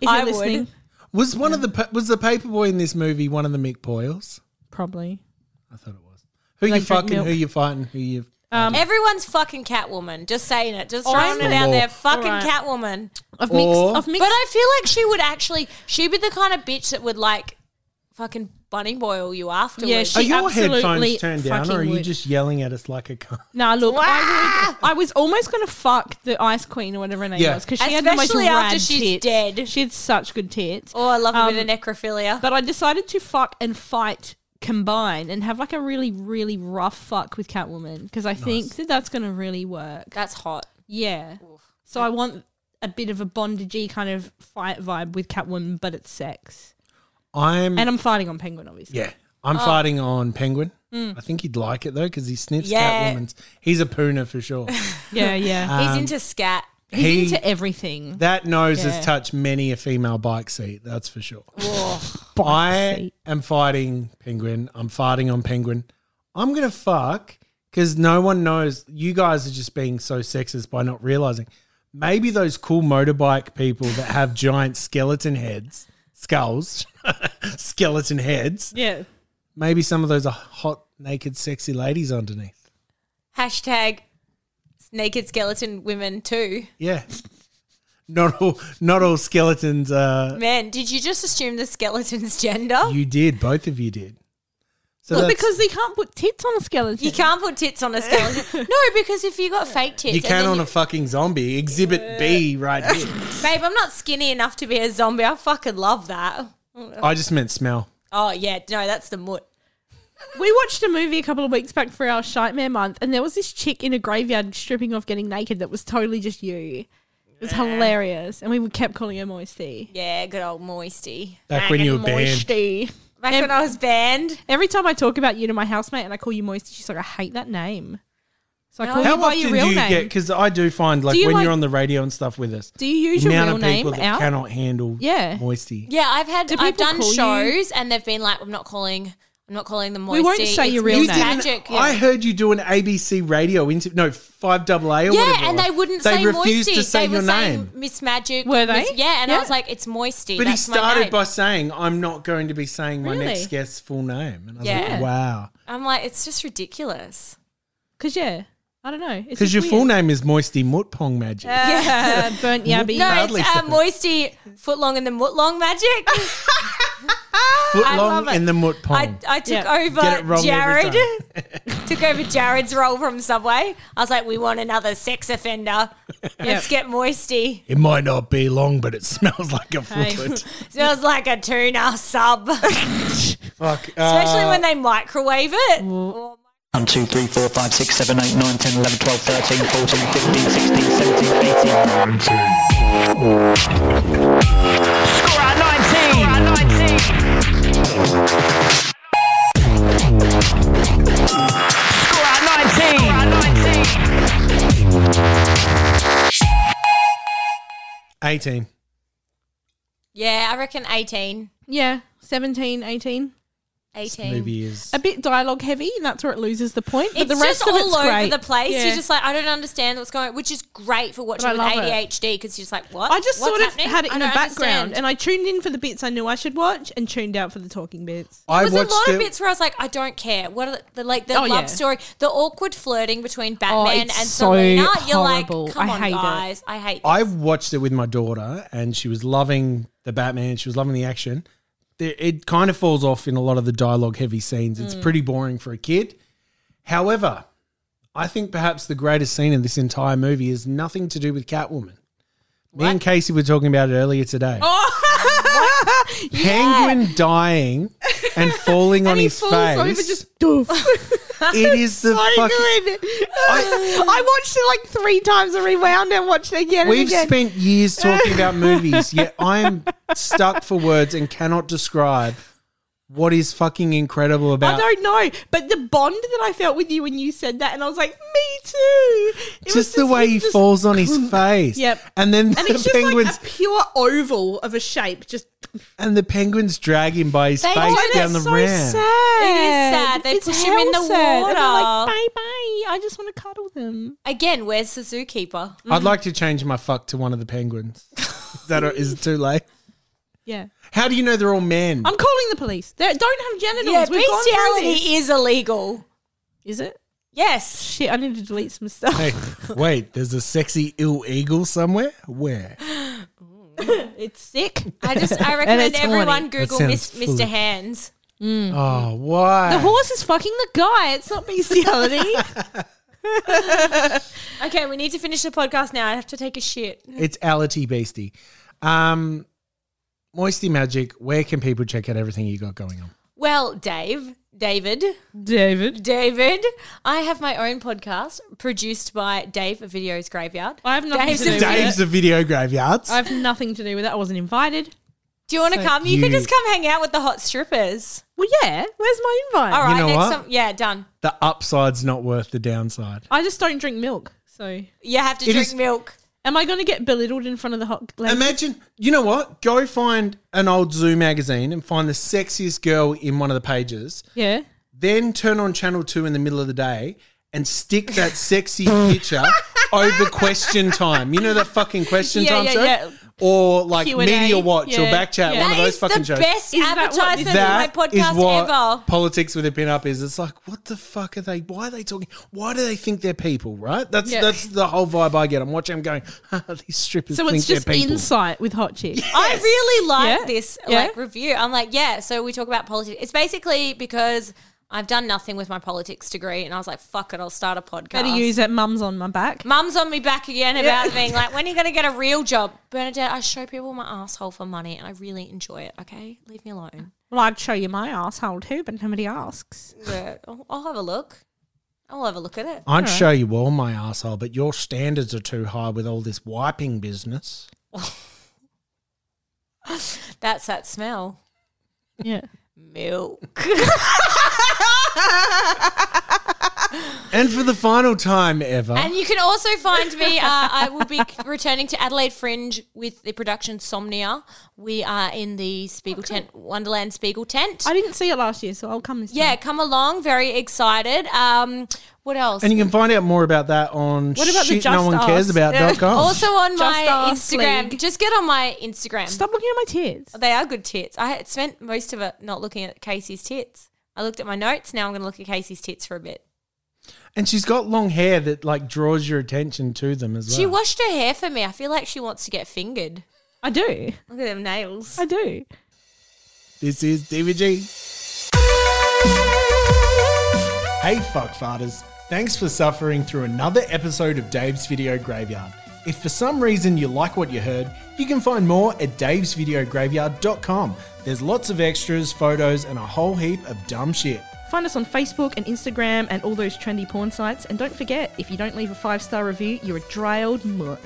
you're I would. listening, Was one of the pa- was the paperboy in this movie one of the McPoyles? probably. I thought it was. Who Like you drink fucking? Who milk. you fighting? Who you? Um, Everyone's fucking Catwoman. Just saying it. Just Oh, throwing it out Or- there. Fucking Alright. Catwoman. I've Or- mixed. I've But mixed. I feel like she would actually. She'd be the kind of bitch that would like fucking bunny boil you afterwards. Yeah, Are she- your absolutely headphones turned down, or are fucking you would. just yelling at us like a cunt? nah, look, I, would, I was almost gonna fuck the Ice Queen or whatever her name Yeah. was because she had the most Especially after rad she's tits. dead. She had such good tits. oh, I love a Um, bit of necrophilia. But I decided to fuck and fight combine and have like a really really rough fuck with Catwoman because I think that that's going to really work. That's hot. Yeah. So I want a bit of a bondagey kind of fight vibe with Catwoman, but it's sex. I'm And I'm fighting on Penguin, obviously. Yeah. I'm fighting on Penguin. Mm. I think he'd like it though because he sniffs Yeah. Catwoman's. He's a pooner for sure. Yeah, yeah. He's into scat. He's Um, he- into everything. that nose Yeah. has touched many a female bike seat, that's for sure. Bike I seat. am fighting Penguin. I'm fighting on Penguin. I'm going to fuck because no one knows. You guys are just being so sexist by not realizing. Maybe those cool motorbike people that have giant skeleton heads, skulls, skeleton heads, Yeah. maybe some of those are hot, naked, sexy ladies underneath. Hashtag naked skeleton women too. Yeah. Not all not all skeletons uh Man, did you just assume the skeleton's gender? You, you did, both of you did. So Well, that's- because they can't put tits on a skeleton. can't put tits on a skeleton. no, because if you got fake tits, you and can then on you- a fucking zombie. Exhibit B right here. babe, I'm not skinny enough to be a zombie. I fucking love that. I just meant smell. Oh yeah, no, that's the mut. We watched a movie a couple of weeks back for our Shitmare month, and there was this chick in a graveyard stripping off, getting naked. That was totally just you. It was hilarious, and we kept calling her Moisty. Yeah, good old moisty. Back when you were banned. Moisty. Back when I was banned. Every time I talk about you to my housemate and I call you Moisty, she's like, I hate that name. So I call How you by often your do real you name. get? Because I do find like Do you when like- you're on the radio and stuff with us, Do you use the your amount real of people name that out? cannot handle Yeah. moisty. Yeah, I've had Do I've people done call you- shows and they've been like, I'm not calling I'm not calling them We moisty. won't say it's your real Miss name. Magic. Yeah. I heard you do an ABC radio interview. No, five double A or yeah, whatever. it and was. they wouldn't They say refused moisty. to say they your were saying name. Miss Magic. Were they? Miss- yeah, and Yeah. I was like, it's moisty. But he That's my started name. by saying, "I'm not going to be saying my Really? next guest's full name," and I was Yeah. like, "Wow," I'm like, it's just ridiculous. Cause yeah, I don't know. because your full name is Moisty Mutpong Magic. Yeah, Uh, burnt yabby. No, Badly it's uh, said. moisty footlong and the mootlong magic. I love Footlong it. and the Mutpong. I, I took Yeah. Get it over wrong every Jared. took over Jared's role from Subway. I was like, we want another sex offender. Let's get moisty. it might not be long, but it smells like a footlet. Smells like a tuna sub. Fuck. uh, Especially when they microwave it. 1, 2, 3, 4, 5, 6, 7, 8, 9, 10, 11, 12, 13, 14, 15, 16, 17, 18, 19. Score at 19! Score at 19! Score at 19! Score at 19! Eighteen. Yeah, I reckon 18. Yeah, 17, 18. 18. movie is- a bit dialogue heavy, and that's where it loses the point. But It's the rest just of all it's over great. the place. Yeah. You're just like, I don't understand what's going on, which is great for watching I with love it. ADHD because you're just like, what? I just What's sort of happening? had it I in the don't background, understand. and I tuned in for the bits I knew I should watch, and tuned out for the talking bits. I There was a lot watched of it- bits where I was like, I don't care. What are the, the like the Oh, love yeah. Oh, story, the awkward flirting between Batman and it's so Selena? You're horrible. like, come I on, hate it. guys, I hate. I watched it with my daughter, and she was loving the Batman. She was loving the action. There- It kind of falls off in a lot of the dialogue heavy scenes. It's Mm. pretty boring for a kid. However, I think perhaps the greatest scene in this entire movie is nothing to do with Catwoman. Me and Casey were talking about it earlier today. Oh, Penguin dying and falling on his falls face. over just doof. It is the so fucking- good. I, watched it like three times and rewound and watched it again. We've and again. spent years talking about movies, yet I am stuck for words and cannot describe what is fucking incredible I about. don't know, but the bond that I felt with you when you said that, and I was like, me too. It was Just, the way he falls on his face. Yep. And then and the it's just penguins like a pure oval of a shape. Just and the penguins drag him by his They face do. down the That's so sad. ramp. sad. They It's push him in hell the sad. And they're like, water. bye bye. I just want to cuddle them. it. Again, where's the zookeeper? I'd like to change my fuck to one of the penguins. is that is it too late? Yeah. How do you know they're all men? I'm calling the police. They don't have genitals. Yeah, We've gone through bestiality this. is illegal. Is it? Yes. Shit, I need to delete some stuff. hey, wait, there's a sexy ill eagle somewhere? Where? it's sick. I just I And recommend it's horny. everyone That Google sounds Miss, Mr. foolish. Hands. Oh, why? The horse is fucking the guy. It's not bestiality. okay, we need to finish the podcast now. I have to take a shit. It's Ality Beastie. Um, Moisty Magic, where can people check out everything you got going on? Well, Dave, David, David, David, I have my own podcast produced by Dave of Videos Graveyard. I have nothing Dave's to do with Dave's the Video Graveyards. I have nothing to do with it. I wasn't invited. Do you want to So come? You can cute. just come hang out with the hot strippers. Well, yeah. Where's my invite? All You right, know next what? time. Yeah, done. the upside's not worth the downside. I just don't drink milk, so You have to It drink is- milk. am I going to get belittled in front of the hot? Ladies? Imagine, you know what? Go find an old Zoo magazine and find the sexiest girl in one of the pages. yeah. Then turn on Channel 2 in the middle of the day and stick that sexy picture over question time. You know that fucking question Yeah, time yeah, show? yeah. Or like Q&A, Media Watch or yeah, Backchat, yeah. one of That those is fucking the shows. best Is that what advertisement this- in my podcast is what ever. politics with a pin up is. It's like, what the fuck are they? Why are they talking? Why do they think they're people? Right? That's Yeah. that's the whole vibe I get. I'm watching. I'm going, "Ah, these strippers So think it's just they're people. insight with hot chicks. I really like Yeah. this Yeah. like review. I'm like, yeah. So we talk about politics. It's basically because I've done nothing with my politics degree, and I was like, fuck it, I'll start a podcast. Better use that mum's on my back. Mum's on me back again Yeah. about being like, when are you going to get a real job? Bernadette, I show people my asshole for money and I really enjoy it, okay? Leave me alone. Well, I'd show you my asshole too, but nobody asks. Yeah, I'll, I'll have a look. I'll have a look at it. I'd show you all my asshole, but your standards are too high with all this wiping business. That's that smell. Yeah. milk. And for the final time ever, And you can also find me. Uh, I will be c- returning to Adelaide Fringe with the production Somnia. We are in the Spiegel Tent, Wonderland Spiegel Tent. I didn't see it last year, so I'll come this yeah, come along. Very excited. Um, what else? and you can find out more about that on What about the shit no Just one cares Us? about dot com. Also on Just my Us Instagram. League. Just get on my Instagram. Stop looking at my tits. They are good tits. I had spent most of it not looking at Casey's tits. I looked at my notes. Now I'm going to look at Casey's tits for a bit. and she's got long hair that like draws your attention to them as well. She washed her hair for me. I feel like she wants to get fingered. I do. Look at them nails. I do. This is DVG. Hey, fuck farters. Thanks for suffering through another episode of Dave's Video Graveyard. If for some reason you like what you heard, you can find more at davesvideograveyard.com. There's lots of extras, photos, and a whole heap of dumb shit. Find us on Facebook and Instagram and all those trendy porn sites. And don't forget, if you don't leave a five star review, you're a dry old mutt.